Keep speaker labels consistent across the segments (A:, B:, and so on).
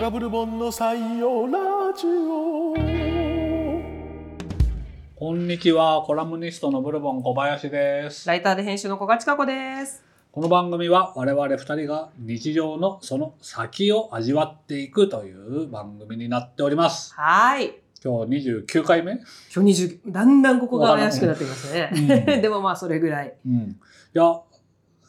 A: ラブル本の採用ラジオ
B: こんにちは、コラムニストのブルボン小林です。
C: ライターで編集の古賀千佳子です。
B: この番組は我々二人が日常のその先を味わっていくという番組になっております。
C: はーい。
B: 今日29回目、
C: 今日20、だんだんここが怪しくなってきま
B: う
C: すね。 でもまあそれぐらい。
B: うん、いや、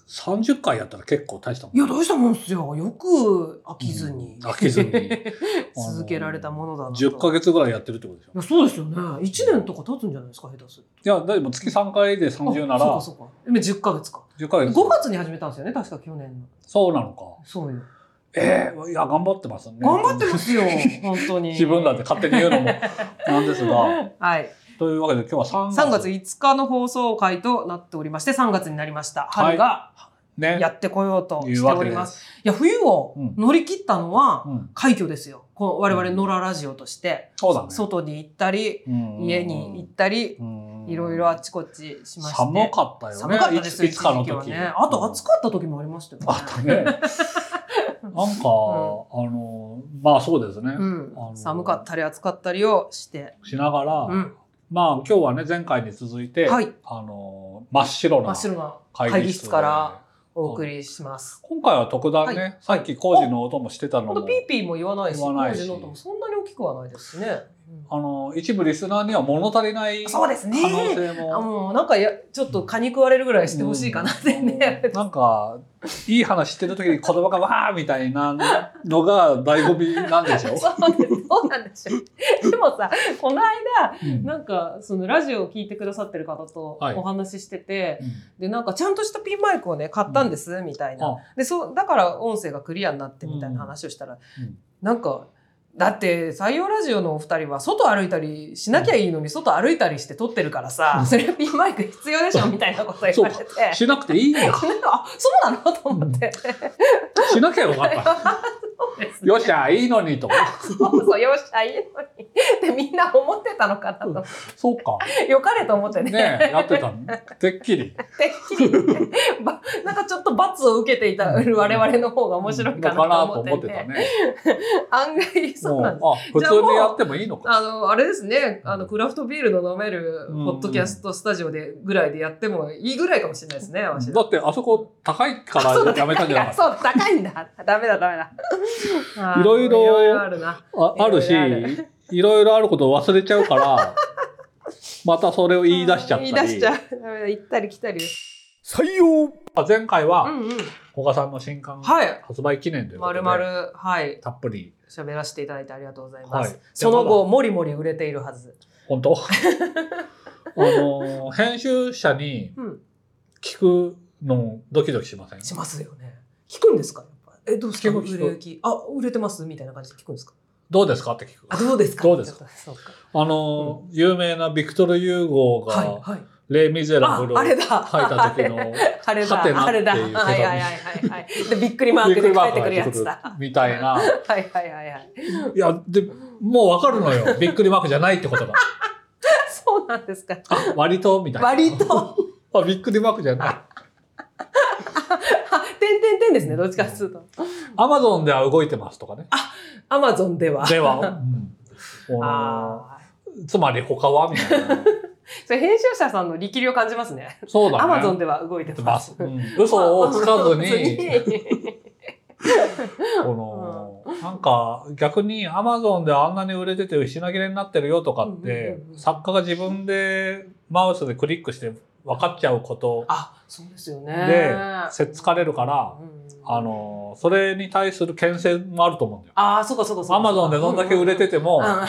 B: 30回やったら結構大したもん。
C: いや、どうしたもんっすよ。よく飽きずに。
B: うん飽きずに
C: 続けられたものだなと。
B: 10ヶ
C: い
B: 月ぐらいやってるってことでしょ。
C: や、そうですよね。1年とか経つんじゃないですか、下手する
B: いや、でも月3回で
C: と。
B: 30な
C: あ
B: ら、
C: そうかそうか。今10ヶ月か。
B: 10ヶ
C: 5
B: 月。
C: 月に始めたんですよね、確か去年の。
B: そうなのか。
C: そうよ。
B: ええいや、頑張ってますね。
C: 頑張ってますよ、本当 に。
B: 自分だって勝手に言うのもなんですが。
C: はい。
B: というわけで今日は3月。
C: 3月5日の放送回となっておりまして、3月になりました。春が
B: ね。
C: やってこようと
B: い
C: し
B: う
C: て
B: わ
C: お
B: け
C: りま。
B: ですす。
C: いや、冬を乗り切ったのは、
B: うん。
C: 快挙ですよ。この我々野良ラジオとして、
B: そうだね。
C: 外に行ったり、
B: うん
C: 家に行ったり、
B: うん
C: いろいろあっちこっちしまして。
B: 寒かったよね。
C: 寒かったですよ、
B: いついつかの
C: 一時期は
B: 時。
C: ね。あと暑
B: か
C: かった時もありましたよね。
B: あった ね。なんか、あの、まあそうですね
C: う。
B: あの
C: ん。寒かったり暑かったりをして。
B: しながら、
C: うん。
B: まあ今日はね、前回に続いて、
C: はい
B: あの、真っ白
C: 真
B: な
C: っ白な
B: 会
C: 会
B: 議
C: 議
B: 室
C: 室
B: か
C: からら。お送りします。
B: 今回は特段ね、
C: は
B: さっき工事の音もしてたの
C: ほん
B: も
C: と、ピーピーも言わないし、
B: 言
C: 工
B: わないし
C: 事の音もそんなに大きくはないですしね。うん
B: あの、一部リスナーには物足りない可
C: そうですね
B: 能性
C: あ
B: も。
C: もうなんかや、ちょっと蚊に食われるぐらいしてほしいかなってね。
B: うんなんか、いい話してる時に子供がわーみたいなのが醍醐味なんでしょ
C: そうですそうなんでしょ。でもさ、この間、
B: うん
C: なんかそのラジオを聞いてくださってる方と
B: はい
C: お話ししてて、
B: う
C: でなんかちゃんとしたピンマイクをね買ったんですみたい
B: ん
C: な、
B: あ
C: でそうだから音声がクリアになってみたいな話をしたら、
B: うん
C: なんかだって採用ラジオのお二人は外歩いたりしなきゃいいのに外歩いたりして撮ってるからさ、
B: うん
C: それはピンマイク必要でしょみたいなこと 言われて。
B: しなくていいよ。
C: なんか あそうなのと思って、
B: しなきゃよ かった。よっしゃ、いいのにと。
C: そうそうよっしゃいいのにってみんな思ってたのかなと思って
B: そうか。
C: よかれと思ってね
B: ねえやってたの。てっきり。
C: てっきり言って ばなんかちょっと罰を受けていた我々の方が面白いかなと思
B: の
C: って,、
B: かなと
C: ね
B: 思って
C: 案外
B: たね。
C: そうなんです
B: もうあ、普
C: じゃあも
B: 通
C: う
B: にやってもいいのか。
C: あのあれですねあのクラフトビールの飲める
B: うん
C: ポッドキャストスタジオでぐらいでやってもいいぐらいかもしれないですね私
B: だって、あそこ高いからやめたんじゃない
C: そう高いんだダメだダメだあ ー
B: いろいろ
C: いろあるな
B: ああるし
C: いろいろあ、
B: いろいろあることを忘れちゃう から、またそれを言い出しちゃったり。
C: 言い出しちゃうダメだ行ったり来たり
A: 採用
B: あ前回
C: う
B: は、
C: んうん
B: 古賀さんの新刊
C: はい
B: 発売記念というこ
C: ま
B: とで、
C: るまるはい
B: たっぷり。
C: 喋らせていただいてありがとうございます、
B: はい
C: その後もりもり売れているはず
B: 本 当あの、編集者に
C: うん
B: 聞くのドキドキしません
C: しますよね。聞くんですかやっぱえ、どうですか
B: 聞く聞く
C: 売れ行き。あ、売れてますみたいな感じで聞くんですか
B: どうですかって聞く。
C: あ、どうですか
B: どうです
C: かそうか。
B: あの、有名なビクトル・ユーゴーが、
C: はい、はい。
B: レイ・ミゼラ
C: あ
B: ブル、を
C: あ
B: 書
C: れ
B: い
C: だ。
B: た時の、
C: あれ
B: はてな
C: だ。あれだ。
B: っ
C: は
B: て
C: い
B: いう手紙
C: はいはいはいはい。で、びっくりマークで書いてくるやつだ。
B: みたいな。
C: はいはいはいはい。
B: いや、で、もうわかるの よ。びっくりマークじゃないってことが。
C: そうなんですか。
B: あ、割とみたいな。
C: 割と。
B: あ、びっくりマークじゃない。
C: あ、点点点ですね。どっちかっつうと。
B: アマゾンでは動いてますとかね。
C: アマゾンでは。
B: では、うんあ
C: ああ。
B: のつまり他はみたいな。
C: それ編集者さんの力量感じますね。
B: そうだね。
C: アマゾンでは動いて
B: で
C: ま
B: ますす。。うん嘘をつかずに、
C: に。
B: この、なんか逆にアマゾンであんなに売れてて品切れになってるよとかっ
C: う
B: て
C: んうんう、ん
B: 作家が自分でマウスでクリックして分かっちゃうこと
C: あ、そうですよね。
B: で、せっつかれるから、あ
C: あ
B: の、
C: の、
B: それに対する牽制もあると思うんだよ。
C: ああ、そうかそうかそうか。
B: アマゾンでどんだけ売れてても、
C: うんうん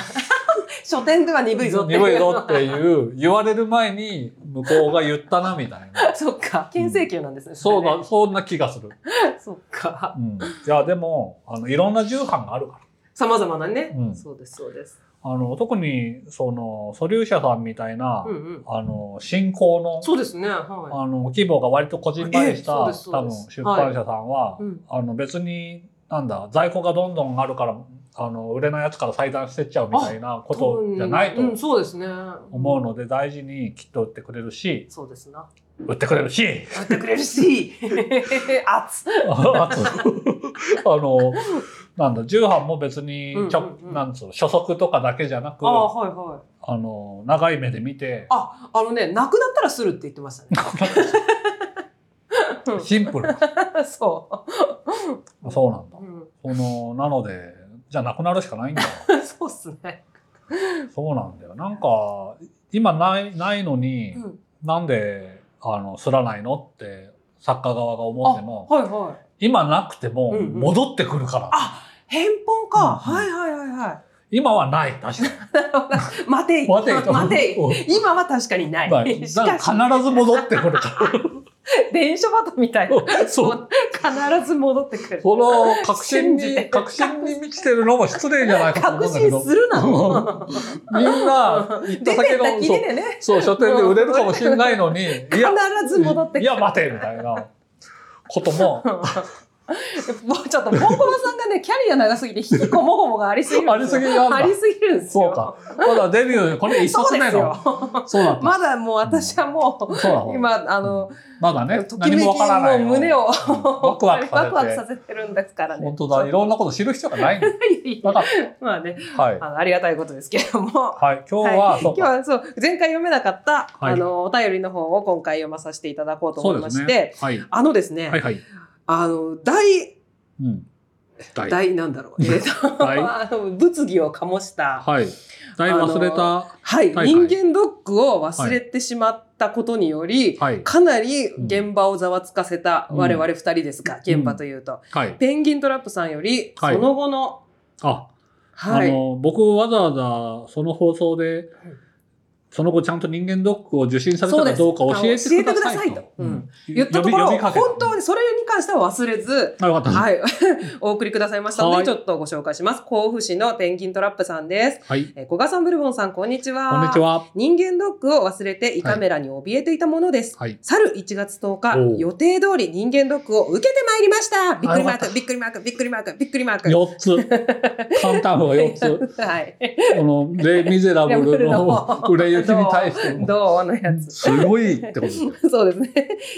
C: 書店では鈍いぞっていう。
B: 鈍いぞっていう、言われる前に向こうが言ったなみたいな。
C: そっか、金請求なんですね。
B: そう
C: れ
B: だ、
C: ね。
B: そんな気がする。
C: そっか。
B: うん。いや、でも、あの、いろんな重版があるから。
C: さまざまなね、
B: うん
C: そうです、そうです。
B: あの、特に、その、ソリューシャさんみたいな、
C: うんうん。
B: あの、進行の、
C: そうですね。は
B: あの、規模が割とこじんまりした、
C: え
B: 多
C: えそう
B: 分
C: ですそうです
B: 出版社さんは、
C: い。うん。
B: あの、別に、なんだ、在庫がどんどんあるから、あの、売れないやつから裁断してっちゃうみたいなことじゃないと
C: うんうん、そうですね。
B: 思う
C: の。
B: ので、大事にきっと売ってくれるし、
C: そうですな。
B: 売ってくれるし、
C: や ってくれるし、熱っ。
B: ああと、あの、なんだ、重版も別に、
C: うんうんうん
B: ちょなんつうの、初速とかだけじゃなく、
C: ああ
B: あ
C: はいはい
B: の、長い目で見て、
C: ああのねなくなったらするって言ってましたね うん
B: シンプル。
C: そ
B: そうなんだ
C: う、。うん、
B: この、なので、じゃあなくなるしか ないんだ。
C: そうっすね、
B: そうなんだよ。なんか、今ない、ないのに、
C: うん、
B: なんで、あの、すらないのって、作家側が思っても、
C: はいはい
B: 今なくても、
C: うんうん
B: 戻ってくるから。
C: あ返本か、
B: うん
C: はいはいはいは
B: 今はない、確かに。
C: い 待てい
B: 待ていと
C: 待てい
B: うん
C: 今は確かにない、
B: ない
C: し
B: だ
C: かし
B: から必ず戻ってくるか
C: 電車バトみたいな
B: ら。 そう。
C: 必ず戻ってくる
B: この確信
C: 信じ
B: に、
C: て
B: 確信に満ちてるのも失礼じゃないかと思う
C: 確
B: んだけ
C: 信
B: ど、
C: するな
B: みんな、行った
C: 出て
B: 先
C: っ
B: の
C: たきりでね
B: そう、そう書店で売れるかもしれないのに、い
C: 必
B: や、
C: ず戻ってくる
B: いや、待てみたいなことも
C: うんもう ちょっとポンコマさんがねキャリア長すぎて引きこもごもがありすぎる
B: ありすぎなんだ
C: ありすぎるんですよ
B: そうか。まだデビュー、これ一
C: そ
B: 冊
C: うで
B: 目
C: す
B: の。
C: よ
B: そうだった。
C: まだもう私はも
B: そうだ
C: う
B: った。
C: 今あの
B: まだね
C: と、き
B: 何
C: めき
B: もわからない。
C: もう胸を
B: うんワクワク
C: ワク
B: さ
C: ワ
B: れて
C: クさ。せてるんですからね
B: 本当だ。いろんなこと知る必要がない。
C: は
B: なかっ
C: いまあね
B: た。はい。
C: あのありがたいことですけれども
B: はい。今日は、
C: はい、
B: そ
C: 今
B: う
C: 日
B: か。
C: はそう前回読めなかった、
B: はい
C: あのお便りの方を今回読まさせていただこうと
B: そ
C: 思いう
B: で
C: ますして、
B: ね。はい。
C: あのですね、
B: はいはい。
C: あの大
B: うん。大
C: 大なんだろう、えっと
B: 大
C: あの物議を醸した、
B: はい。だいぶ忘れた。
C: はい、
B: はい
C: 人間ドックを忘れてしまったことにより、
B: はい。
C: かなり現場をざわつかせた我々二人ですが、現場というと、
B: はい。
C: ペンギントラップさんより、
B: はい
C: その後の、
B: あ、あ
C: はい、
B: の、僕わざわざその放送で、その後ちゃんと人間ドックを受診されたかどうか教えてください
C: そうですあの教えてください
B: と
C: と。
B: うん
C: 言ったところ、
B: 呼びかけた
C: 本当にそれに関しては忘れず、
B: あ、よかった。
C: はい、 お送りくださいましたの
B: はい
C: で、ちょっとご紹介します。甲府市のペンギントラップさんです。
B: はい。
C: えー古賀さん、ブルボンさん、こんにちは。
B: こんにちは。
C: 人間ドックを忘れて胃カメラに怯えていたものです。
B: はい。
C: 去る1月10日
B: おう、
C: 予定通り人間ドックを受けてまいりましたびっくりマー
B: あよかった
C: ク、びっくりマーク、びっくりマーク、びっくりマーク。
B: 4つ。 簡単は4つ。
C: はい。
B: この、レ・ミゼラブルの売れ行きに対しても、
C: どうのやつ。
B: すごいってことですよ。
C: そうですね。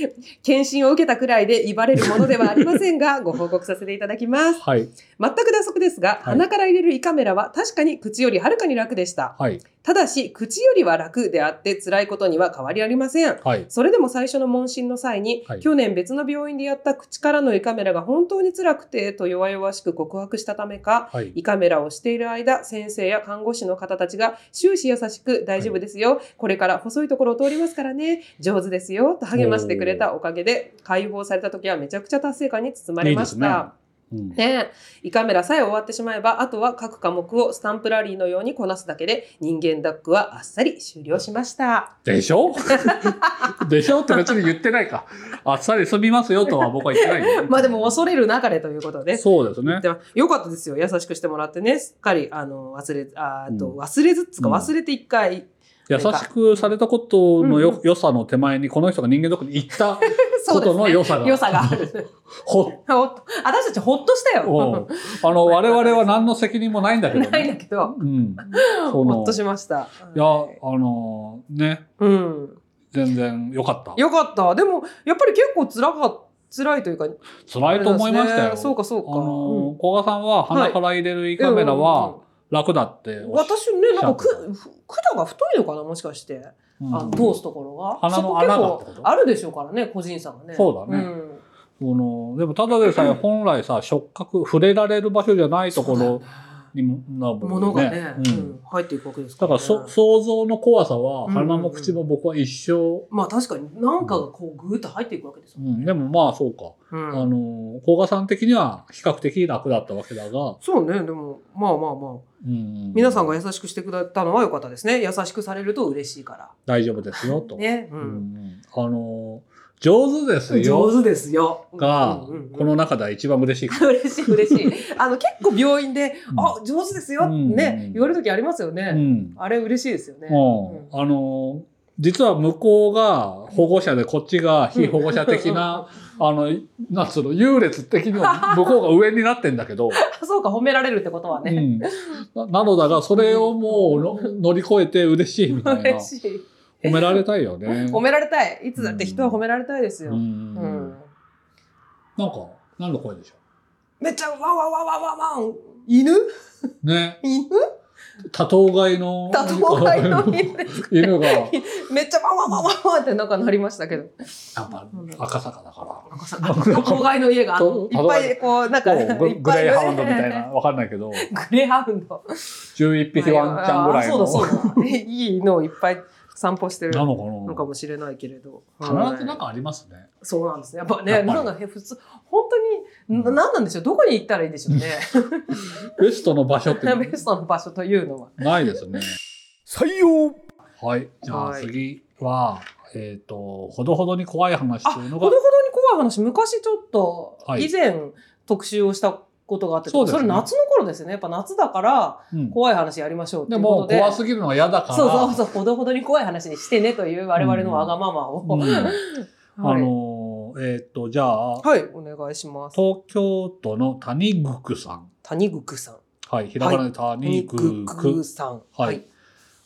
C: 検診を受けたくらいで威張れるものではありませんが、ご報告させていただきます。
B: はい。
C: 全く打足ですが、
B: い
C: 鼻から入れる胃カメラは確かに口よりはるかに楽でした。
B: はい。
C: ただし、口よりは楽であって辛いことには変わりありません。
B: はい。
C: それでも最初の問診の際に、
B: はい
C: 去年別の病院でやった口からの胃カメラが本当に辛くてと弱々しく告白したためか
B: はい。
C: 胃カメラをしている間先生や看護師の方たちが終始優しく大丈夫ですよ、これから細いところを通りますからね上手ですよと励ましてくれたおかげで解放された時はめちゃくちゃ達成感に包まれました。
B: いいですねうん
C: ねえ、胃カメラさえ終わってしまえばあとは各科目をスタンプラリーのようにこなすだけで人間ダックはあっさり終了しました。
B: でしょ でしょって別に言ってないか。あっさり済みますよとは僕は言ってないよ
C: まあでも恐れるなかれということで。
B: そうですね。
C: でもよかったですよ。優しくしてもらってね。すっかり、あの、忘れ、あーあ
B: う
C: と、
B: ん
C: 忘れずっつうか、
B: うん
C: 忘れて 一回。
B: 優しくされたことのよ、
C: うんう
B: 良さの手前に、この人が人間ドックに行ったこ
C: そうで
B: と
C: す
B: の
C: ね。
B: 良さが。
C: 良さがある。
B: ほっ
C: ほっと私たちほっとした
B: うん
C: よ。
B: あの、我々は何の責任もないんだけど
C: ないん
B: ね。
C: だけど、
B: うん。その
C: ほっとしました。
B: いや、あの、ね、
C: うん。
B: 全然良かった。
C: よかった。でも、やっぱり結構辛かっ辛いというか、
B: 辛いと思いました
C: あれなんです
B: よ。
C: ねそうか、そうか。
B: あの
C: う、ん
B: 古賀さんは鼻から入れる胃カメラ
C: うん
B: は
C: うん
B: 楽だって
C: うん
B: おっしゃ
C: 私ね、なんかく、管が太いのかな、もしかして。
B: うん
C: あの通すところが。
B: 鼻の
C: そこ結構
B: 穴がってこと
C: あるでしょうからね、個人差がね。
B: そうだね
C: ん
B: このでもただでさえ本来さ触覚触れられる場所じゃないところにもなもん
C: ものがね、
B: う
C: うんん、入っていくわけですか、
B: だからら
C: ね。
B: そ想像の怖さは
C: うん
B: 鼻も口も僕は一生、
C: まあ確かに何かがこうグーッと入っていくわけです
B: う
C: も
B: ん
C: んね。
B: でもまあそうか、
C: うん
B: あの古賀さん的には比較的楽だったわけだが、
C: そうね、でも、まあまあまあ。
B: うん
C: 皆さんが優しくしてくれたのは良かったですね。優しくされると嬉しいか
B: 大丈夫ですよ
C: ら。
B: と、
C: ね。う
B: うん
C: ん。
B: あの上手ですよ
C: 上手ですよ。
B: が、
C: うんうんうん
B: この中では一番嬉しい
C: 嬉しい嬉しい。あの結構病院で、
B: うん
C: あ、上手ですよって
B: うんうん
C: ね、言われる時ありますよ
B: う
C: ね。
B: ん
C: あれ嬉しいですよね。
B: うんあの実は向こうが保護者でこっちが非保護者的な、 あのなんつうの優劣的には向こうが上になってんだけど、
C: あそうか、褒められるってことは
B: う
C: ね。
B: ん、ななのだがそれをもうの乗り越えて嬉しいみたいな
C: 嬉しい。
B: 褒められたいよね。
C: 褒められたい。いつだって人は褒められたいです
B: う
C: よ。
B: ん
C: うん。
B: なんか何の声でしょ
C: めっちゃワンワンワンワンワンワン犬
B: ね。
C: 犬
B: 多頭飼いの。
C: 多頭飼いの犬ですかね
B: 犬が、やっ
C: めっちゃワンワンワンワンワンってなんかなりましたけど。
B: ぱ赤坂だから。
C: なんかさあ多頭飼いの家があのいっぱいこう、なんか、いっぱ
B: グ
C: い
B: グレーハウンドみたいな、。わかんないけど、
C: グレーハウンド。
B: 11匹ワンちゃんぐらいの。
C: あそうだそうだ。いいのをいっぱい散歩してる
B: なの
C: の
B: かな
C: かもしれないけれど。
B: 必ず
C: は
B: ないんかありますね。
C: そうなんですね。やっぱ
B: や
C: ね、
B: っぱり
C: なんか普通、本当に、ななんなんでしょう。どこに行ったらいいでしょうね。
B: ベストの場所って
C: ベストの場所というのは。
B: ないですね。
A: 採用
B: はい。じゃあ
C: はい
B: 次は、えっ、と、ほどほどに怖い話
C: あ、
B: と
C: ほ
B: いう
C: ど
B: の
C: ほど
B: が
C: に、怖い話、昔ちょっと
B: は、い
C: 以前特集をしたことがあって、
B: そうですね
C: れ夏の頃ですよね。やっぱ夏だから、
B: うん
C: 怖い話やりましょうって
B: で
C: いうこと
B: も
C: で。
B: 怖すぎるのは嫌だから、
C: そうそうそう、ほどほどに怖い話にしてねという我々のわがままを。
B: うんあ
C: はい
B: のーえっ、と、じゃあ、
C: はい、お願いします。
B: 東京都の谷口さん。
C: 谷口さん。
B: はい、ひらがなで谷口。
C: 谷口さん。
B: はい。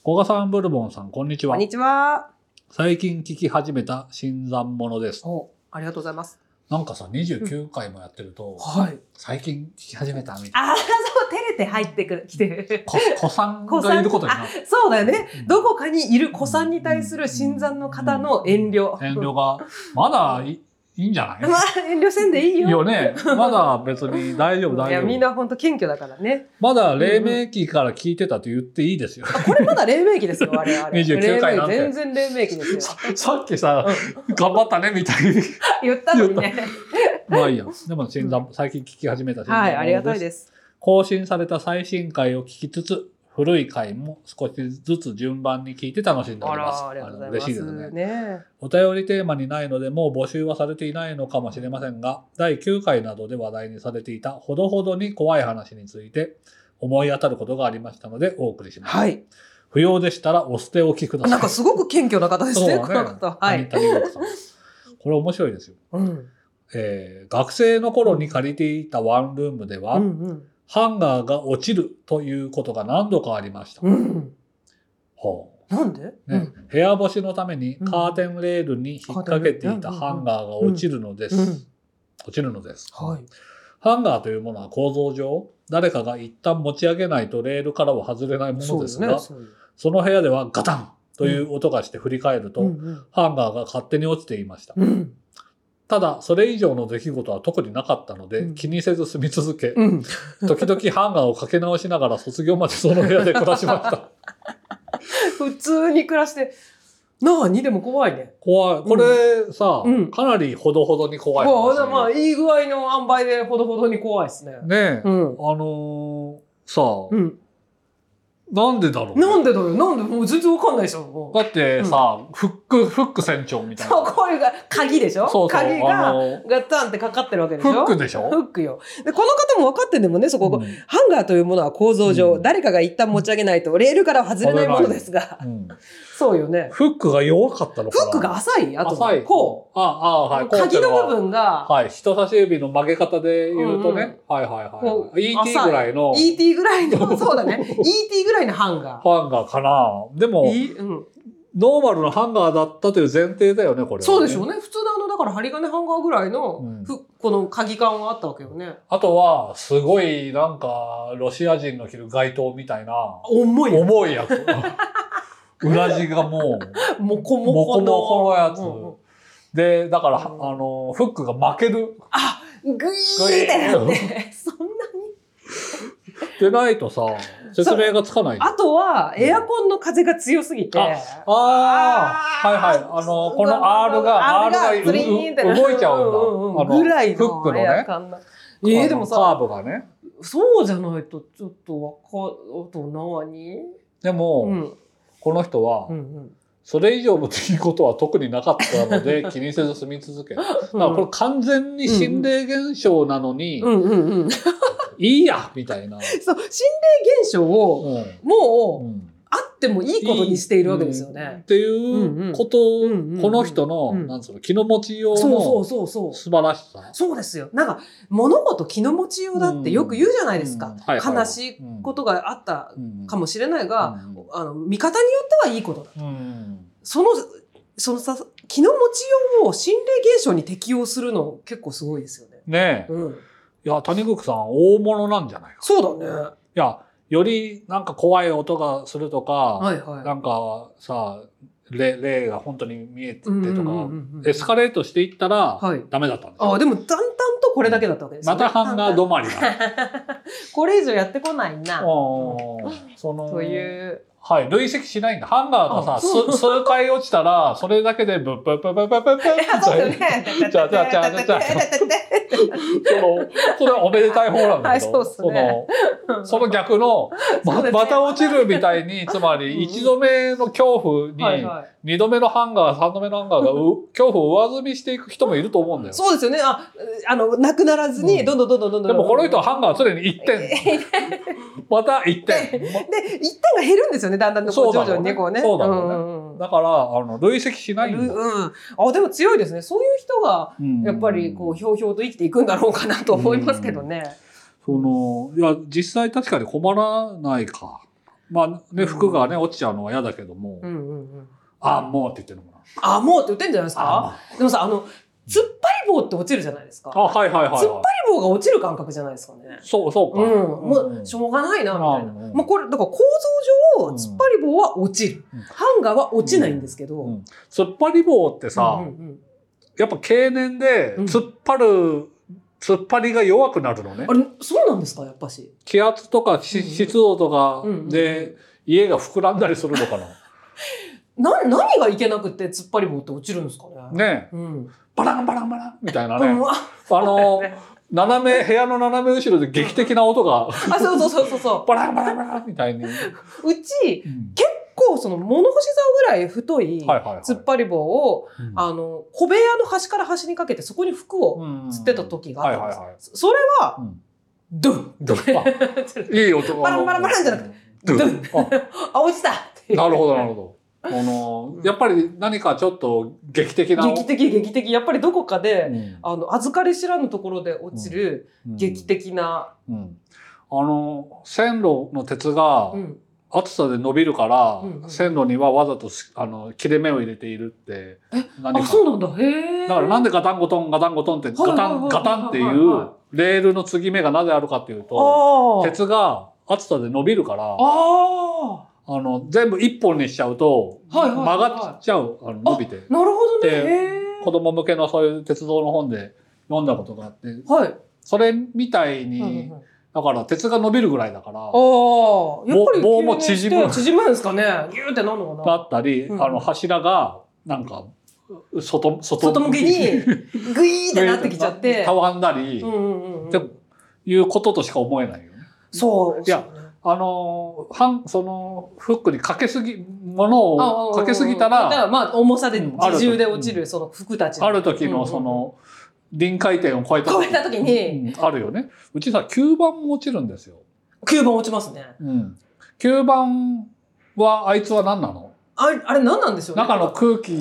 B: 古賀さん、ブルボンさん、こんにち
C: こ
B: は
C: ん。にちは。
B: 最近聞き始めた新参者です。
C: お、ありがとうございます。
B: なんかさ、29回もやってると、
C: はい。
B: 最近聞き始めたみたいな。
C: ああ、そう、照れて入ってくる、来てる。
B: こ子さん
C: 子さん
B: がいることになる。
C: そうだよね。
B: うん
C: どこかにいる子さんに対する新参の方の遠慮。
B: 遠慮が、まだいいいんじゃ
C: ま
B: な
C: あ、遠慮せんでいい
B: い
C: よ。
B: いいよね。まだ別に大丈夫、
C: い
B: 大
C: や、みん
B: 丈夫。
C: な本当謙虚だからね。
B: まだ黎明期から聞いてたと言っていい ですよ。
C: あこれまだ黎明期ですよ、 我々。
B: 29回なんて
C: 黎明期全然黎明期ですよ。
B: ささっきさ、頑張ったねみたいに。
C: 言ったのにね。
B: まあいいや。でも新参、最近聞き始めた新参
C: はい、ありがたい
B: す。
C: です。
B: 更新された最新回を聞きつつ、古い回も少しずつ順番に聞いて楽しんでお
C: あ
B: ります。
C: ら、ありがとうございます。
B: あの嬉しいですね。
C: ね
B: お便りテーマにないのでもう募集はされていないのかもしれませんが、第9回などで話題にされていたほどほどに怖い話について思い当たることがありましたのでお送りします。
C: はい。
B: 不要でしたらお捨ておきください。
C: なんかすごく謙虚な方です
B: そう
C: ね、
B: だ
C: この方は。はい。
B: 谷谷口さんこれ面白いですよ。
C: うん。
B: えー学生の頃に借りていたワンルームでは、
C: うんうん。
B: ハンガーが落ちるということが何度かありました。
C: うん。
B: ほう
C: なんで、う
B: ね
C: ん
B: 部屋干しのために
C: うん
B: カーテンレールに引っ掛けていたハンガーが落ちるのです。
C: うん。
B: 落ちるのです。
C: はい。
B: ハンガーというものは構造上、誰かが一旦持ち上げないとレールからは外れないもの
C: そう
B: で
C: ですすね
B: が、。そ
C: そういう
B: の部屋ではガタンという音がして振り返ると、
C: うん
B: ハンガーが勝手に落ちていました。
C: うん。うん。
B: ただ、それ以上の出来事は特になかったので、
C: うん
B: 気にせず住み続け、
C: うん。
B: 時々ハンガーをかけ直しながら卒業までその部屋で暮らしま した。
C: 普通に暮らして、なあにでも怖いね。
B: 怖い。これさ、
C: うん
B: かなりほどほどに怖い
C: ま
B: 話。
C: あ、まあ、いい具合の塩梅でほどほどに怖いですね。
B: ねえ、
C: うん。
B: あのーさあ、
C: うん。
B: なんでだろうね
C: なんでだよ。なんでもう全然わかんないでしょ。もう。
B: だってさ、フック、フック船長みたいな。
C: そう、こういうが、鍵でしょ
B: そうそう
C: 鍵
B: あ
C: が、
B: の
C: ガッタンってかかってるわけでし
B: フ
C: ょ
B: ックでしょ
C: フックよ。で、この方も分かってんでもね、そこ、
B: うん
C: ハンガーというものは構造上、
B: うん
C: 誰かが一旦持ち上げないと、レールからは外れないものですが、
B: うん
C: そうよね。
B: フックが弱かったの
C: フ
B: かな
C: ックが浅いあと、
B: 浅い。
C: こ
B: う。ああ、
C: う、
B: はい。
C: 鍵の部
B: こうっていう
C: 分が、
B: のははい。人差し指の曲げ方で言うとね。はいはい
C: こ
B: は
C: う
B: い。ET ぐらいの
C: ET ぐら いの、そうだね。ET ぐらいのハンガ
B: ハンガーかな。で
C: ー。
B: も、
C: いいうん、
B: ノーマルのハンガーだったという前提だよね、これはね。
C: そうでしょうね。普通のあの、だから針金ハンガーぐらいの、
B: うん
C: ふこの鍵感はあったわけよね。
B: あとは、すごい、なんか、ロシア人の着る街灯みたいな、
C: 重い。
B: 重いやつ。 裏地がもう、
C: もこもこの。
B: モコモコのやつ。
C: うんうん
B: で、だから、
C: うん
B: あの、フックが負ける。
C: グイーってなって。そんなに。
B: でないとさ、説明がつかない。
C: あとは、エアコンの風が強すぎて。
B: あああ、はいはい。あの、この R が、R がう
C: ツリーンって
B: う動いちゃうんだ。あの
C: ぐらいの
B: フックの
C: エア
B: ね。
C: コンのえー、でも
B: あの
C: さ、
B: カーブがね。
C: そうじゃないと、ちょっとわか、あと何、に
B: でも、
C: うん。
B: この人は
C: う、んうん。
B: それ以上の出来事は特になかったの で、気にせず住み続け。だか
C: う
B: ら
C: ん
B: これ完全に心霊現象なのに、
C: うんうんうん。そ
B: いいやみたいな。
C: う、心霊現象を、
B: う
C: もう、
B: ん
C: あってもいいことにしているわけですよ
B: うんっ
C: ね。
B: て
C: ん
B: い
C: うん
B: うことを、
C: うんうん
B: この人の、
C: うん
B: なんつうの、気の持ちよう
C: そうそう
B: の
C: そうそう。
B: 素晴らしさ。
C: そうですよ。なんか、物事気の持ちようだってよく言うじゃないです
B: う
C: か
B: んはい。はい
C: 悲しいことがあったかもしれないが、
B: うんうん
C: あの、見方によってはいいことだ。
B: うん
C: その、そのさ、気の持ちようを心霊現象に適用するの結構すごいですよね。
B: ねえ、
C: うん。
B: いや、谷口さん大物なんじゃないか。
C: そうだね。
B: いや、よりなんか怖い音がするとか、
C: はいはい。
B: なんかさ、霊霊が本当に見えてて
C: うんうん
B: と
C: うんう
B: か、
C: ん
B: エスカレートしていったら
C: はい、
B: ダメだったんですよ。
C: ああ、でも、淡々とこれだけだったわけですね。
B: またハンガー止まりだ。
C: これ以上やってこない
B: あ
C: な。
B: ーそ の
C: という。
B: はい、累積しないんだ。ハンガーが
C: あ
B: さ、数数回落ちたら、それだけでブッブッブッブッブッブッブッ
C: いや、そうだよね。
B: じゃあじゃあじゃあじゃあ その、それはおめでたい方なんだけ ど、
C: はいそうっすね
B: の、その逆 の、ま
C: そうですね
B: また落ちるみたい に、つま
C: うん
B: り一度目の恐怖
C: はい
B: に、
C: は
B: 二度目のハンガー、三度目のハンガーが う恐怖を上積みしていく人もいると思うんだ
C: い。
B: よ。
C: そうですよね。あ、あの、なくならずに、どんどんどんどんどんど
B: で
C: ん。
B: もこの人はハンガーは常に1点、
C: で、
B: また1点。
C: 一点が減るんですよね。だんだんとこ
B: そ
C: う徐
B: うだろう
C: 々に
B: ね
C: ね、こうね。
B: そうだろうね
C: ん
B: だから、あの、累積しないんだ。
C: うん。あ、でも強いですね。そういう人が、
B: うん
C: やっぱり、こう、ひょうひょうと生きていくんだろうかなと思いますけどね。
B: その、いや、実際確かに困らないか。まあね、服がね、落ちちゃうのは嫌だけども、
C: うんうんうん。
B: ああ、もうって言ってるのかな。
C: あ、もうって言ってんじゃないですか
B: あ
C: でもさ、あの、突っ張り棒って落ちるじゃないですか。
B: あ、
C: 突っ
B: はいはいはい、はい。
C: 突っ張り棒が落ちる感覚じゃないですかね。
B: そう、そう
C: う
B: か。
C: ん。もう、しょうがないな、みたいな。
B: うんうん
C: まあ、これ、だから構造上、
B: うん
C: 突っ張り棒は落ちる
B: うん。
C: ハンガーは落ちないんですけど。
B: うん突っ張り棒ってさ、
C: うんうんうん
B: やっぱ経年で
C: うん
B: 突っ張る、突っ張りが弱くなるのね
C: あ。れ、そうなんですか、やっぱし。
B: 気圧とかし
C: うんうん
B: 湿度とか
C: うんうん
B: で家が膨らんだりするの かな。
C: な、何がいけなくて突っ張り棒って落ちるんですかね。
B: ねえ
C: うん。
B: バランバランバランみたいなね。
C: うんあ
B: あの、
C: ね
B: 斜め、部屋の斜め後ろで劇的な音が、
C: あ、そうそうそうそうそ
B: バランバランバランみたいに。う
C: う。うち、
B: ん
C: こう、その、物干し竿ぐらい太い、
B: はいはいはい。
C: 突っ張り棒を、
B: うん
C: あの、小部屋の端から端にかけて、そこに服を
B: うん
C: 釣ってた時があ
B: はい
C: ったん
B: はい
C: です
B: はい。
C: そそれは、
B: うん
C: ドゥン
B: どあ いい音が。
C: バランバランバランじゃなく
B: て。
C: ドゥン
B: あ
C: あ、落ちたっていう
B: なるほど、なるほど。あの、やっぱり何かちょっと劇的な。
C: 劇的、劇的。やっぱりどこかで、
B: うん
C: あの、預かり知らぬところで落ちる劇。的な、
B: うんうんあの、線路の鉄が
C: うん。
B: 暑さで伸びるから
C: うんう、ん
B: 線路にはわざとすあの切れ目を入れているって。何
C: あ、
B: か
C: そうなんだ。へえ。
B: だからなん
C: で
B: でガタンゴトン、ガタンゴトンって
C: はいは
B: ガタ
C: いはいはい
B: ン、ガタンってい
C: はいはいう
B: レールの継ぎ目がなぜあるかっていう
C: あ
B: と、
C: ー
B: 鉄が暑さで伸びるから、
C: あ
B: あの、全部一本にしちゃうと、
C: はいはいはい
B: 曲がっちゃう、あの伸びて。
C: ーなるほどね。
B: で
C: へえ。
B: 子供向けのそういう鉄道の本で読んだことがあって、
C: はい。
B: それみたい
C: うんうん
B: に
C: う、ん
B: だから鉄が伸びるぐらいだから、
C: ああ、やっぱり
B: 棒も
C: 急にして
B: 縮む
C: 縮むんですかね。ギューってなるのか
B: だ
C: な。
B: ったり、
C: うん
B: あの柱が、なんか、外、外
C: 外 向けに、グイーってなってきちゃって
B: た。わんだり
C: うん、うんうんう
B: で
C: ん。
B: いうこととしか思えないよね。
C: そう。
B: いやあの、はん、その、フックにかけすぎ、ものをかけすぎた、
C: だかららまあ重さで
B: うんある
C: 自
B: 時
C: 重で落ちるその服たちの
B: ある時
C: うんう
B: の
C: ん
B: その、臨界点を超えた
C: 超えた時に
B: うんあるよね。うちさ、吸盤も落ちるんですよ。
C: 吸盤落ちますね
B: うん。吸盤は、あいつは何なの
C: あれあれ何なんでしょうね
B: 中の空気、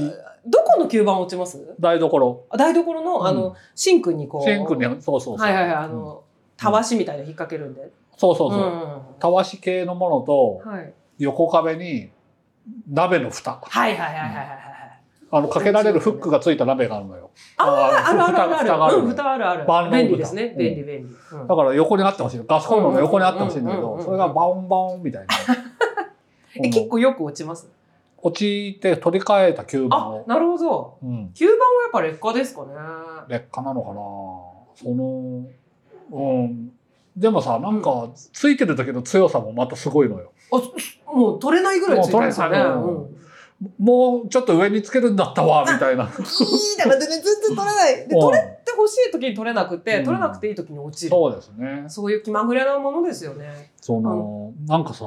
C: どこの吸盤落ちます
B: 台所。
C: あ台所のあ
B: うん
C: のシンクにこう
B: シンクに、そうそうそう。
C: はいはいはいあ
B: うん
C: のたわしみたいなの引っ掛けるんで
B: そうそうそう。
C: ん
B: たわし系のものと、
C: はい
B: 横壁に、鍋の蓋。
C: はいはいはいはいはいはい
B: あの、かけられるフックがついた鍋があるのよ。
C: ああるあるある
B: 蓋蓋があ
C: あ
B: る
C: る
B: よ
C: うん
B: ね。
C: 蓋あるあ
B: 万能
C: る
B: 蓋
C: 便利ですね
B: うん
C: 便利便利うん
B: だから横にあってほしいの。ガスコンロの横にあってほしいんだけ
C: うんうんうん
B: ど
C: うんう、ん
B: それがバオンバオンみたいな。
C: え結構よく落ちます
B: 落ちて取り替えた吸盤
C: あ
B: を。
C: なるほど
B: うん。
C: 吸盤はやっぱ劣化ですかね
B: 劣化なのかなその、うん。でもさ、なんか、ついてる時の強さもまたすごいのよ。
C: もう取れないぐらいついてますよね
B: もう取れない
C: うん
B: もうちょっと上につけるんだったわ、みたいな。
C: いいだから全然取れない。 で、
B: うん
C: 取れてほしい時に取れなくて、
B: うん
C: 取れなくていい時に落ちる。
B: そうですね。
C: そういう気まぐれなものですよね。
B: その、なんかさ、